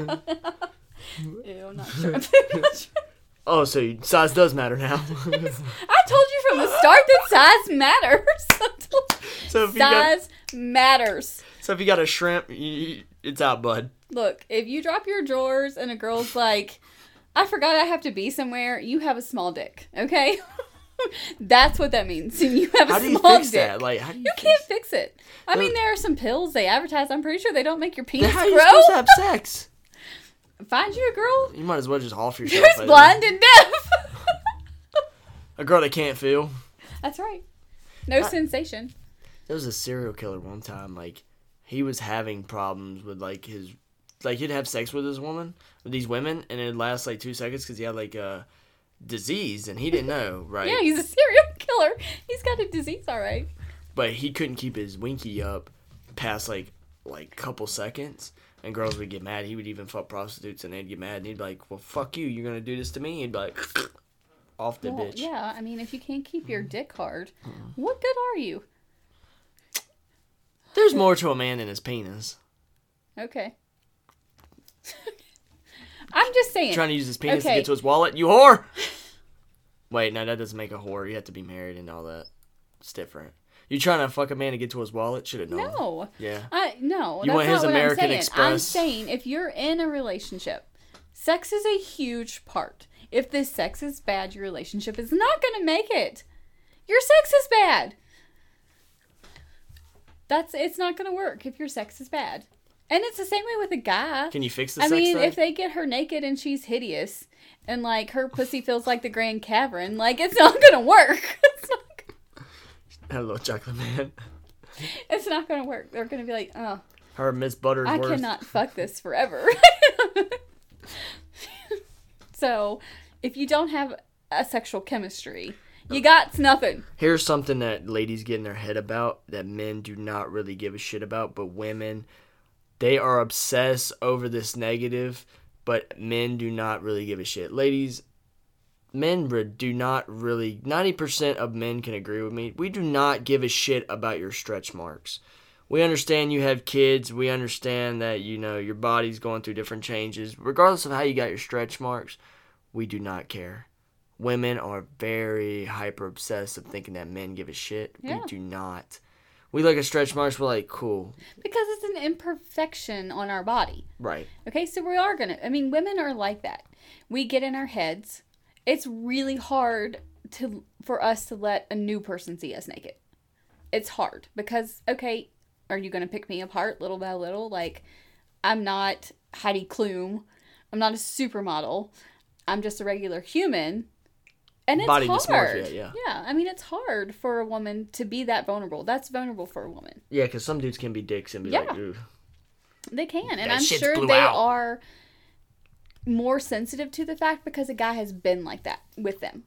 Speaker 2: Ew, not sure.
Speaker 1: Oh, so you- size does matter now.
Speaker 2: I told you from the start that size matters.
Speaker 1: so if you got
Speaker 2: size matters.
Speaker 1: so if you got a shrimp, you, you- it's out, bud.
Speaker 2: Look, if you drop your drawers and a girl's like, I forgot I have to be somewhere. You have a small dick, okay? That's what that means. You have a
Speaker 1: How do you
Speaker 2: small
Speaker 1: fix
Speaker 2: dick.
Speaker 1: that? Like, how do you?
Speaker 2: You
Speaker 1: fix-
Speaker 2: can't fix it. I
Speaker 1: No.
Speaker 2: mean, there are some pills they advertise. I'm pretty sure they don't make your
Speaker 1: Then
Speaker 2: penis
Speaker 1: How are you supposed to
Speaker 2: grow.
Speaker 1: have sex?
Speaker 2: Find you a girl
Speaker 1: You might as well just offer yourself.
Speaker 2: who's
Speaker 1: a-
Speaker 2: blind and deaf.
Speaker 1: A girl that can't feel.
Speaker 2: That's right. No sensation.
Speaker 1: There was a serial killer one time. Like he was having problems with like his, like he'd have sex with this woman, with these women, and it'd last like two seconds because he had like a disease and he didn't know, right?
Speaker 2: Yeah, he's a serial killer. He's got a disease, all right.
Speaker 1: But he couldn't keep his winky up past like like couple seconds. And girls would get mad. He would even fuck prostitutes, and they'd get mad. And he'd be like, "Well, fuck you. You're gonna do this to me." He'd be like, "Off the
Speaker 2: Well,
Speaker 1: bitch." Mm.
Speaker 2: yeah, I mean, if you can't keep your dick hard, what good are you?
Speaker 1: There's more to a man than his penis.
Speaker 2: Okay. I'm just saying.
Speaker 1: trying to use his penis to
Speaker 2: Okay.
Speaker 1: get to his wallet. You whore! Wait, no, that doesn't make a whore. You have to be married and all that. It's different. You trying to fuck a man to get to his wallet? Should have known.
Speaker 2: no.
Speaker 1: Yeah.
Speaker 2: I no.
Speaker 1: You
Speaker 2: that's
Speaker 1: want
Speaker 2: not
Speaker 1: his
Speaker 2: what
Speaker 1: American
Speaker 2: I'm saying. I'm
Speaker 1: Express?
Speaker 2: saying if you're in a relationship, sex is a huge part. If this sex is bad, your relationship is not going to make it. Your sex is bad. That's it's not going to work if your sex is bad. And it's the same way with a guy.
Speaker 1: Can you fix the
Speaker 2: I
Speaker 1: sex
Speaker 2: mean,
Speaker 1: thing?
Speaker 2: if they get her naked and she's hideous, and like her pussy feels like the Grand Cavern, like it's not gonna work. it's, not,
Speaker 1: Hello, chocolate man.
Speaker 2: it's not gonna work. They're gonna be like, oh,
Speaker 1: Her Miss Butterworth.
Speaker 2: I cannot fuck this forever. so, if you don't have a sexual chemistry,
Speaker 1: Oh.
Speaker 2: you got nothing.
Speaker 1: Here's something that ladies get in their head about that men do not really give a shit about, but women, they are obsessed over this negative, but men do not really give a shit. Ladies, men re- do not really, 90% of men can agree with me. We do not give a shit about your stretch marks. We understand you have kids. We understand that, you know, your body's going through different changes. Regardless of how you got your stretch marks, we do not care women are very hyper obsessed of thinking that men give a shit.
Speaker 2: Yeah.
Speaker 1: We do not. We look at stretch marks, we're like, cool.
Speaker 2: Because it's an imperfection on our body.
Speaker 1: Right.
Speaker 2: Okay, so we are gonna. I mean, women are like that. We get in our heads. It's really hard to for us to let a new person see us naked. It's hard because okay, are you gonna pick me apart little by little? Like, I'm not Heidi Klum. I'm not a supermodel. I'm just a regular human. And it's
Speaker 1: Body
Speaker 2: hard.
Speaker 1: dysmorphia, yeah.
Speaker 2: Yeah, I mean, it's hard for a woman to be that vulnerable. That's vulnerable for a woman.
Speaker 1: Yeah, because some dudes can be dicks and be like,
Speaker 2: Yeah.
Speaker 1: ooh.
Speaker 2: They can, and
Speaker 1: That
Speaker 2: I'm
Speaker 1: shit's
Speaker 2: sure
Speaker 1: blew
Speaker 2: they
Speaker 1: out.
Speaker 2: are more sensitive to the fact because a guy has been like that with them.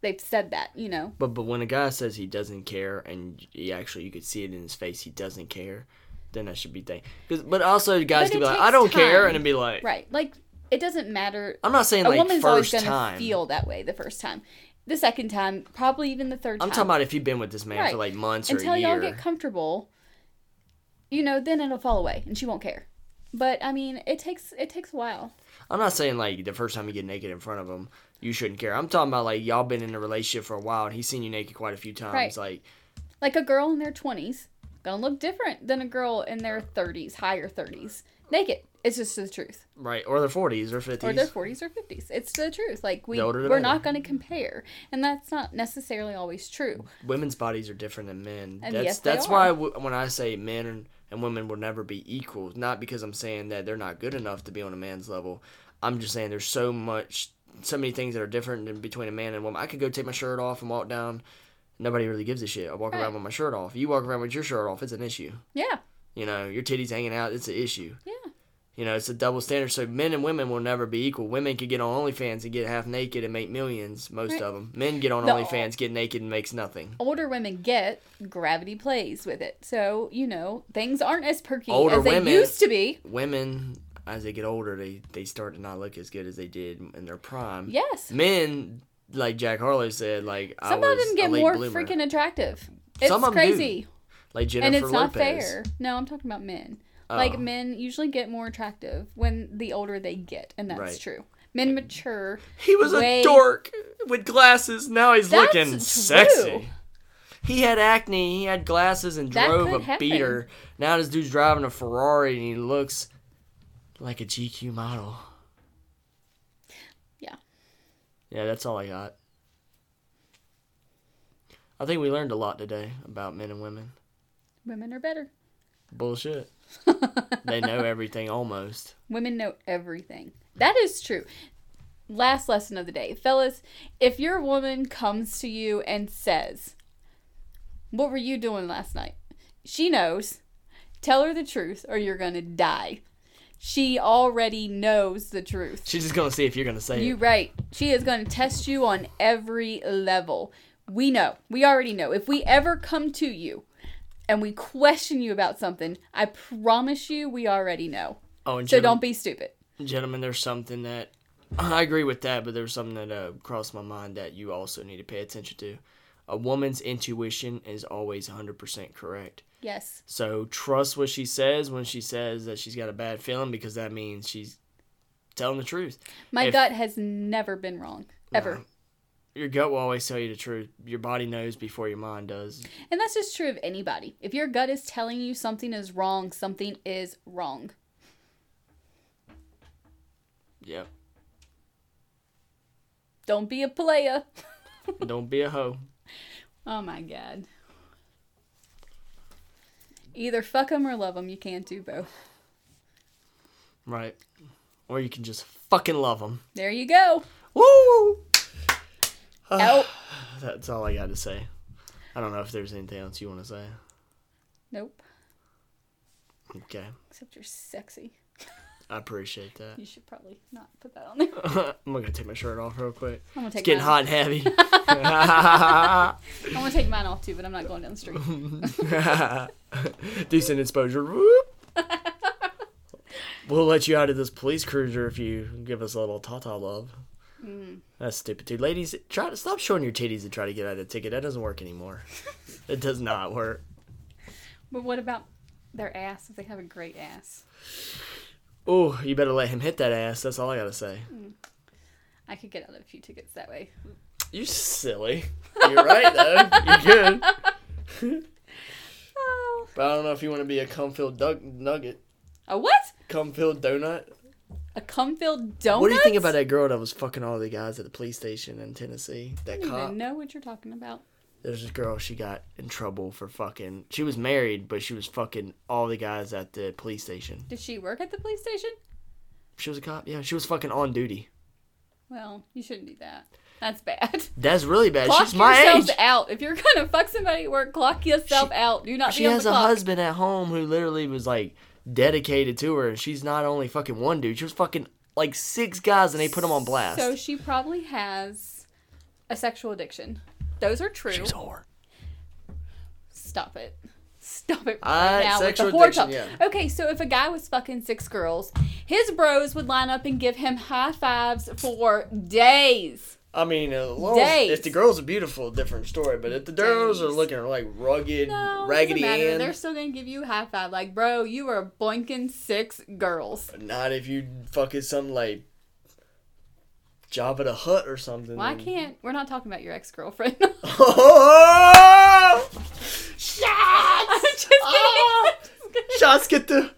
Speaker 2: They've said that, you know.
Speaker 1: But but when a guy says he doesn't care, and he actually you could see it in his face, he doesn't care. Then that should be thing. 'Cause- But also, guys
Speaker 2: But
Speaker 1: can be
Speaker 2: it
Speaker 1: like,
Speaker 2: takes
Speaker 1: "I don't care,"
Speaker 2: time.
Speaker 1: and it'd be like,
Speaker 2: Right. Like it doesn't matter.
Speaker 1: "I'm not saying
Speaker 2: a
Speaker 1: like
Speaker 2: woman's always
Speaker 1: first
Speaker 2: going to
Speaker 1: time."
Speaker 2: feel that way the first time. The second time, probably even the 3rd
Speaker 1: I'm
Speaker 2: time.
Speaker 1: talking about if you've been with this man
Speaker 2: Right.
Speaker 1: for like months
Speaker 2: until
Speaker 1: or a
Speaker 2: y'all
Speaker 1: year.
Speaker 2: get comfortable, you know, then it'll fall away and she won't care. But I mean, it takes it takes a while.
Speaker 1: I'm not saying like the first time you get naked in front of him, you shouldn't care. I'm talking about like y'all been in a relationship for a while, and he's seen you naked quite a few times.
Speaker 2: Right.
Speaker 1: Like
Speaker 2: like a girl in their 20s gonna look different than a girl in their 30s higher 30s naked it's just the truth
Speaker 1: Right, or their forties or fifties.
Speaker 2: or their 40s or 50s it's the truth like we
Speaker 1: The older the
Speaker 2: we're
Speaker 1: better.
Speaker 2: not gonna compare and that's not necessarily always true
Speaker 1: Women's bodies are different than men.
Speaker 2: And
Speaker 1: that's
Speaker 2: yes, they
Speaker 1: that's
Speaker 2: are.
Speaker 1: why w- when I say men and, and women will never be equal, not because I'm saying that they're not good enough to be on a man's level. I'm just saying there's so much, so many things that are different in between a man and a woman. I could go take my shirt off and walk down. Nobody really gives a shit. I walk
Speaker 2: Right.
Speaker 1: around with my shirt off. You walk around with your shirt off. It's an issue.
Speaker 2: yeah
Speaker 1: You know, your titties hanging out. It's an issue.
Speaker 2: yeah
Speaker 1: You know, it's a double standard. So men and women will never be equal. Women could get on OnlyFans and get half naked and make millions, most
Speaker 2: Right.
Speaker 1: of them. Men get on
Speaker 2: The-
Speaker 1: OnlyFans, get naked, and makes nothing.
Speaker 2: older women get gravity plays with it so you know things aren't as perky
Speaker 1: Older
Speaker 2: as they
Speaker 1: women-
Speaker 2: used to be
Speaker 1: Women, as they get older, they, they start to not look as good as they did in their prime.
Speaker 2: yes
Speaker 1: Men, like Jack Harlow said, like
Speaker 2: some
Speaker 1: I
Speaker 2: of
Speaker 1: was
Speaker 2: them
Speaker 1: a
Speaker 2: get
Speaker 1: late
Speaker 2: more
Speaker 1: bloomer.
Speaker 2: freaking attractive it's
Speaker 1: of 'em do.
Speaker 2: crazy
Speaker 1: like Jennifer
Speaker 2: and it's not
Speaker 1: Lopez.
Speaker 2: fair. No, I'm talking about men.
Speaker 1: Oh.
Speaker 2: Like men usually get more attractive when the older they get, and that's
Speaker 1: Right.
Speaker 2: true. Men mature.
Speaker 1: He was
Speaker 2: Way-
Speaker 1: a dork with glasses. Now he's
Speaker 2: That's
Speaker 1: looking
Speaker 2: true.
Speaker 1: sexy. He had acne. He had glasses and
Speaker 2: That
Speaker 1: drove
Speaker 2: could
Speaker 1: a
Speaker 2: happen.
Speaker 1: beater. Now this dude's driving a Ferrari and he looks like a GQ model. Yeah, that's all I got. I think we learned a lot today about men and women.
Speaker 2: Women are better.
Speaker 1: Bullshit. they know everything almost.
Speaker 2: Women know everything. That is true. Last lesson of the day. Fellas, if your woman comes to you and says, What were you doing last night? She knows. Tell her the truth or you're going to die. She already knows the truth.
Speaker 1: She's just gonna see if you're gonna say
Speaker 2: You
Speaker 1: it.
Speaker 2: right. She is going to test you on every level. We know. We already know. If we ever come to you and we question you about something, I promise you we already know.
Speaker 1: Oh, and
Speaker 2: So
Speaker 1: gentlemen,
Speaker 2: don't be stupid.
Speaker 1: gentlemen, there's something that I agree with that, but there's something that uh, crossed my mind that you also need to pay attention to. A woman's intuition is always 100% correct.
Speaker 2: Yes.
Speaker 1: So trust what she says when she says that she's got a bad feeling because that means she's telling the truth.
Speaker 2: My
Speaker 1: If-
Speaker 2: gut has never been wrong. Ever.
Speaker 1: Your gut will always tell you the truth. Your body knows before your mind does.
Speaker 2: And that's just true of anybody. If your gut is telling you something is wrong, something is wrong.
Speaker 1: Yep.
Speaker 2: Don't be a playa.
Speaker 1: Don't be a hoe.
Speaker 2: Oh my god. Either fuck them or love them. You can't do both.
Speaker 1: Right. Or you can just fucking love them.
Speaker 2: There you go.
Speaker 1: Woo!
Speaker 2: Out.
Speaker 1: That's all I got to say. I don't know if there's anything else you want to say.
Speaker 2: Nope.
Speaker 1: Okay.
Speaker 2: Except you're sexy.
Speaker 1: I appreciate that.
Speaker 2: You should probably not put that on there. I'm
Speaker 1: I'm going to take my shirt off real quick.
Speaker 2: gonna
Speaker 1: It's
Speaker 2: take
Speaker 1: getting
Speaker 2: mine
Speaker 1: hot and heavy.
Speaker 2: Off. I'm gonna take mine off too, but I'm not going down the street.
Speaker 1: Decent exposure. Whoop. We'll let you out of this police cruiser if you give us a little ta-ta love.
Speaker 2: Mm.
Speaker 1: That's stupid, too. Ladies, try to stop showing your titties and try to get out of the ticket. That doesn't work anymore. it does not work.
Speaker 2: But what about their ass? If they have a great ass,
Speaker 1: Oh, you better let him hit that ass. That's all I gotta say.
Speaker 2: I could get out of a few tickets that way.
Speaker 1: You silly. You're right though. You're good.
Speaker 2: Oh.
Speaker 1: But I don't know if you want to be a cum-filled dug- nugget,
Speaker 2: A what?
Speaker 1: cum-filled donut.
Speaker 2: A cum-filled donut?
Speaker 1: What do you think about that girl that was fucking all the guys at the police station in Tennessee? That
Speaker 2: I don't
Speaker 1: cop.
Speaker 2: even know what you're talking about.
Speaker 1: There's this girl. She got in trouble for fucking. She was married, but she was fucking all the guys at the police station.
Speaker 2: Did she work at the police station?
Speaker 1: She was a cop. Yeah, she was fucking on duty.
Speaker 2: Well, you shouldn't do that. That's bad.
Speaker 1: That's really bad.
Speaker 2: Clock
Speaker 1: She's my
Speaker 2: yourself
Speaker 1: age.
Speaker 2: out. If you're gonna fuck somebody at work, clock yourself
Speaker 1: She-
Speaker 2: out. Do not
Speaker 1: she
Speaker 2: be on
Speaker 1: has
Speaker 2: the
Speaker 1: a
Speaker 2: clock.
Speaker 1: husband at home who literally was like dedicated to her and she's not only fucking one dude she was fucking like six guys and they put them on blast
Speaker 2: So she probably has a sexual addiction. Those are true.
Speaker 1: she's a whore
Speaker 2: Stop it. Stop it
Speaker 1: Uh,
Speaker 2: right now with the
Speaker 1: sexual
Speaker 2: whore
Speaker 1: addiction,
Speaker 2: talk. Okay, so if a guy was fucking six girls, his bros would line up and give him high fives for days.
Speaker 1: i mean as long as-
Speaker 2: Days.
Speaker 1: if the girls are beautiful different story but if the girls are
Speaker 2: Days.
Speaker 1: looking like rugged
Speaker 2: No,
Speaker 1: raggedy
Speaker 2: doesn't matter.
Speaker 1: Ann,
Speaker 2: They're still gonna give you a high five. Like, bro, you were boinking six girls.
Speaker 1: not if you fucking something like job at a hut or something
Speaker 2: Well, I
Speaker 1: then-
Speaker 2: can't. We're not talking about your ex girlfriend. I'm just kidding.
Speaker 1: Ah!
Speaker 2: I'm just kidding.
Speaker 1: shots get the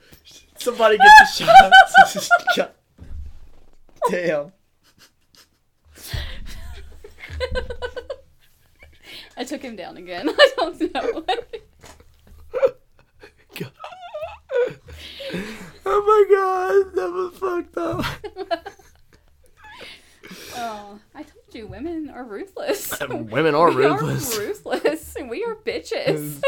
Speaker 1: somebody get the shots Shot- damn
Speaker 2: I took him down again. I don't know.
Speaker 1: God. oh my god, that was fucked up.
Speaker 2: oh, I told you, women are ruthless.
Speaker 1: Women are
Speaker 2: we
Speaker 1: ruthless.
Speaker 2: are ruthless, and we are bitches.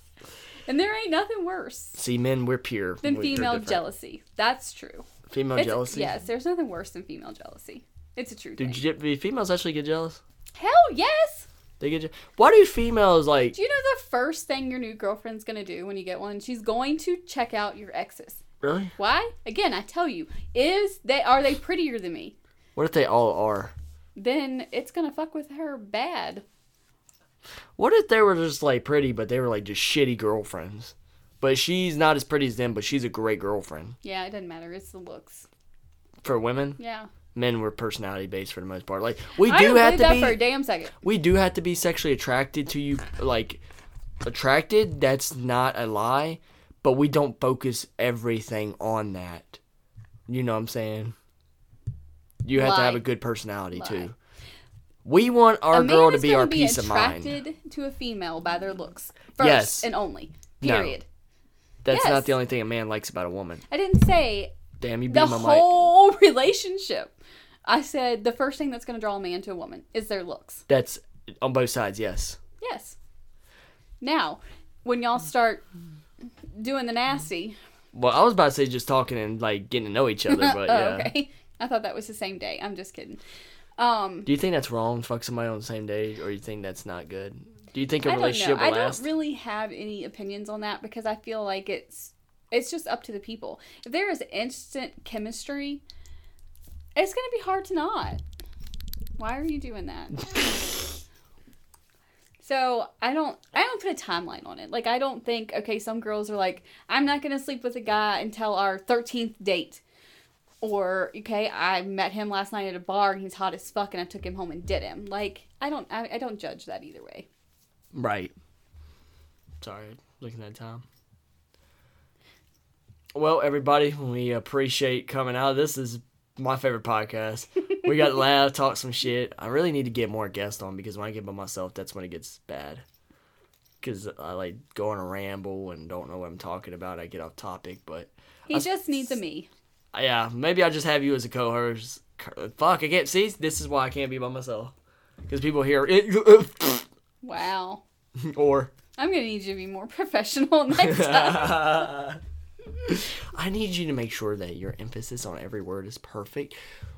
Speaker 2: and there ain't nothing worse
Speaker 1: See, men, we're pure.
Speaker 2: than
Speaker 1: We're
Speaker 2: female
Speaker 1: different.
Speaker 2: jealousy. That's true.
Speaker 1: Female
Speaker 2: It's-
Speaker 1: jealousy.
Speaker 2: Yes, there's nothing worse than female jealousy. It's a true
Speaker 1: Do,
Speaker 2: thing.
Speaker 1: je- do females actually get jealous?
Speaker 2: Hell yes.
Speaker 1: They get. Je- Why do females like?
Speaker 2: Do you know the first thing your new girlfriend's gonna do when you get one? She's going to check out your exes.
Speaker 1: Really?
Speaker 2: Why? Again, I tell you, is they are they prettier than me?
Speaker 1: What if they all are?
Speaker 2: Then it's gonna fuck with her bad.
Speaker 1: What if they were just like pretty, but they were like just shitty girlfriends? But she's not as pretty as them, but she's a great girlfriend.
Speaker 2: Yeah, it doesn't matter. It's the looks.
Speaker 1: For women,
Speaker 2: Yeah,
Speaker 1: men were personality based for the most part. Like we
Speaker 2: I
Speaker 1: do
Speaker 2: don't
Speaker 1: have
Speaker 2: believe
Speaker 1: to
Speaker 2: that
Speaker 1: be
Speaker 2: for a damn second.
Speaker 1: we do have to be sexually attracted to you like attracted that's not a lie but we don't focus everything on that you know what i'm saying you have to
Speaker 2: Lie.
Speaker 1: have a good personality
Speaker 2: Lie.
Speaker 1: too We want our
Speaker 2: a man
Speaker 1: girl to
Speaker 2: is
Speaker 1: be
Speaker 2: gonna
Speaker 1: our
Speaker 2: be
Speaker 1: peace of mind.
Speaker 2: attracted to a female by their looks first
Speaker 1: Yes.
Speaker 2: and only.
Speaker 1: No.
Speaker 2: Period.
Speaker 1: That's
Speaker 2: Yes.
Speaker 1: not the only thing a man likes about a woman.
Speaker 2: I didn't say
Speaker 1: Damn, you beat
Speaker 2: the
Speaker 1: my mic.
Speaker 2: whole relationship. I said the first thing that's going to draw a man to a woman is their looks.
Speaker 1: That's on both sides, yes.
Speaker 2: Yes. Now, when y'all start doing the nasty,
Speaker 1: Well, I was about to say just talking and like getting to know each other, but
Speaker 2: oh,
Speaker 1: yeah.
Speaker 2: okay. I thought that was the same day. I'm just kidding. Um,
Speaker 1: Do you think that's wrong? Fuck somebody on the same day, or you think that's not good? Do you think a
Speaker 2: I don't know.
Speaker 1: relationship
Speaker 2: I
Speaker 1: will last?
Speaker 2: don't really have any opinions on that because I feel like it's it's just up to the people. If there is instant chemistry, it's going to be hard to not. Why are you doing that? So I don't I don't put a timeline on it. Like I don't think okay, some girls are like, I'm not gonna sleep with a guy until our thirteenth date. Or okay, I met him last night at a bar and he's hot as fuck and I took him home and did him. Like I don't I, I don't judge that either way.
Speaker 1: Right. Sorry, looking at time. Well, everybody, we appreciate coming out. This is my favorite podcast. We got to laugh, talk some shit. I really need to get more guests on because when I get by myself, that's when it gets bad. Because I like go on a ramble and don't know what I'm talking about. I get off topic, but
Speaker 2: He just needs a me.
Speaker 1: yeah, maybe I'll just have you as a co-host. Fuck, I can't see. This is why I can't be by myself because people hear it
Speaker 2: Wow.
Speaker 1: or.
Speaker 2: I'm gonna need you to be more professional next time.
Speaker 1: I need you to make sure that your emphasis on every word is perfect.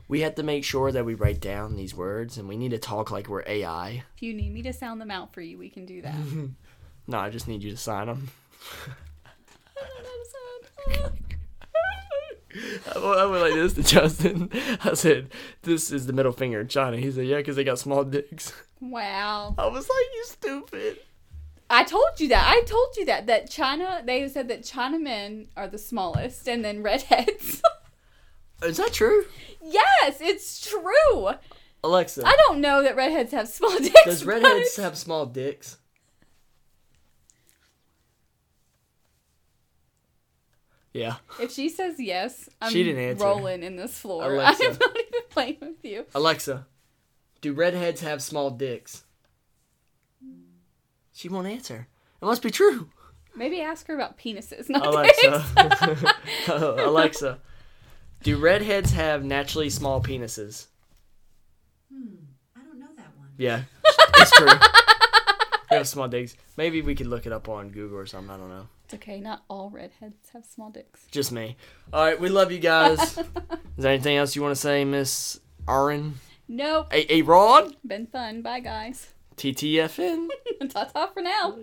Speaker 1: We have to make sure that we write down these words and we need to talk like we're AI.
Speaker 2: if you need me to sound them out for you, we can do that.
Speaker 1: No, I just need you to sign them. I went I went like this to Justin. I said, This is the middle finger of China. He said, Yeah, because they got small dicks.
Speaker 2: wow.
Speaker 1: I was like, You stupid.
Speaker 2: I told you that. I told you that. That China, they said that Chinamen are the smallest and then redheads.
Speaker 1: Is that true?
Speaker 2: yes, it's true.
Speaker 1: Alexa,
Speaker 2: I don't know that redheads have small dicks.
Speaker 1: does
Speaker 2: but-
Speaker 1: redheads have small dicks? Yeah.
Speaker 2: If she says yes, I'm
Speaker 1: She didn't answer.
Speaker 2: rolling in this floor.
Speaker 1: Alexa.
Speaker 2: I'm not even playing with you.
Speaker 1: Alexa, do redheads have small dicks? She won't answer. It must be true.
Speaker 2: Maybe ask her about penises, not
Speaker 1: Alexa,
Speaker 2: dicks.
Speaker 1: Oh, Alexa, do redheads have naturally small penises?
Speaker 3: I don't know that one.
Speaker 1: Yeah, it's true. They have small dicks. Maybe we could look it up on Google or something. I don't know.
Speaker 2: It's okay. Not all redheads have small dicks.
Speaker 1: Just me. All right, we love you guys. Is there anything else you want to say, Miss Aaron?
Speaker 2: Nope.
Speaker 1: A Aaron?
Speaker 2: Been fun. Bye, guys.
Speaker 1: TTFN?
Speaker 2: Ta ta for now.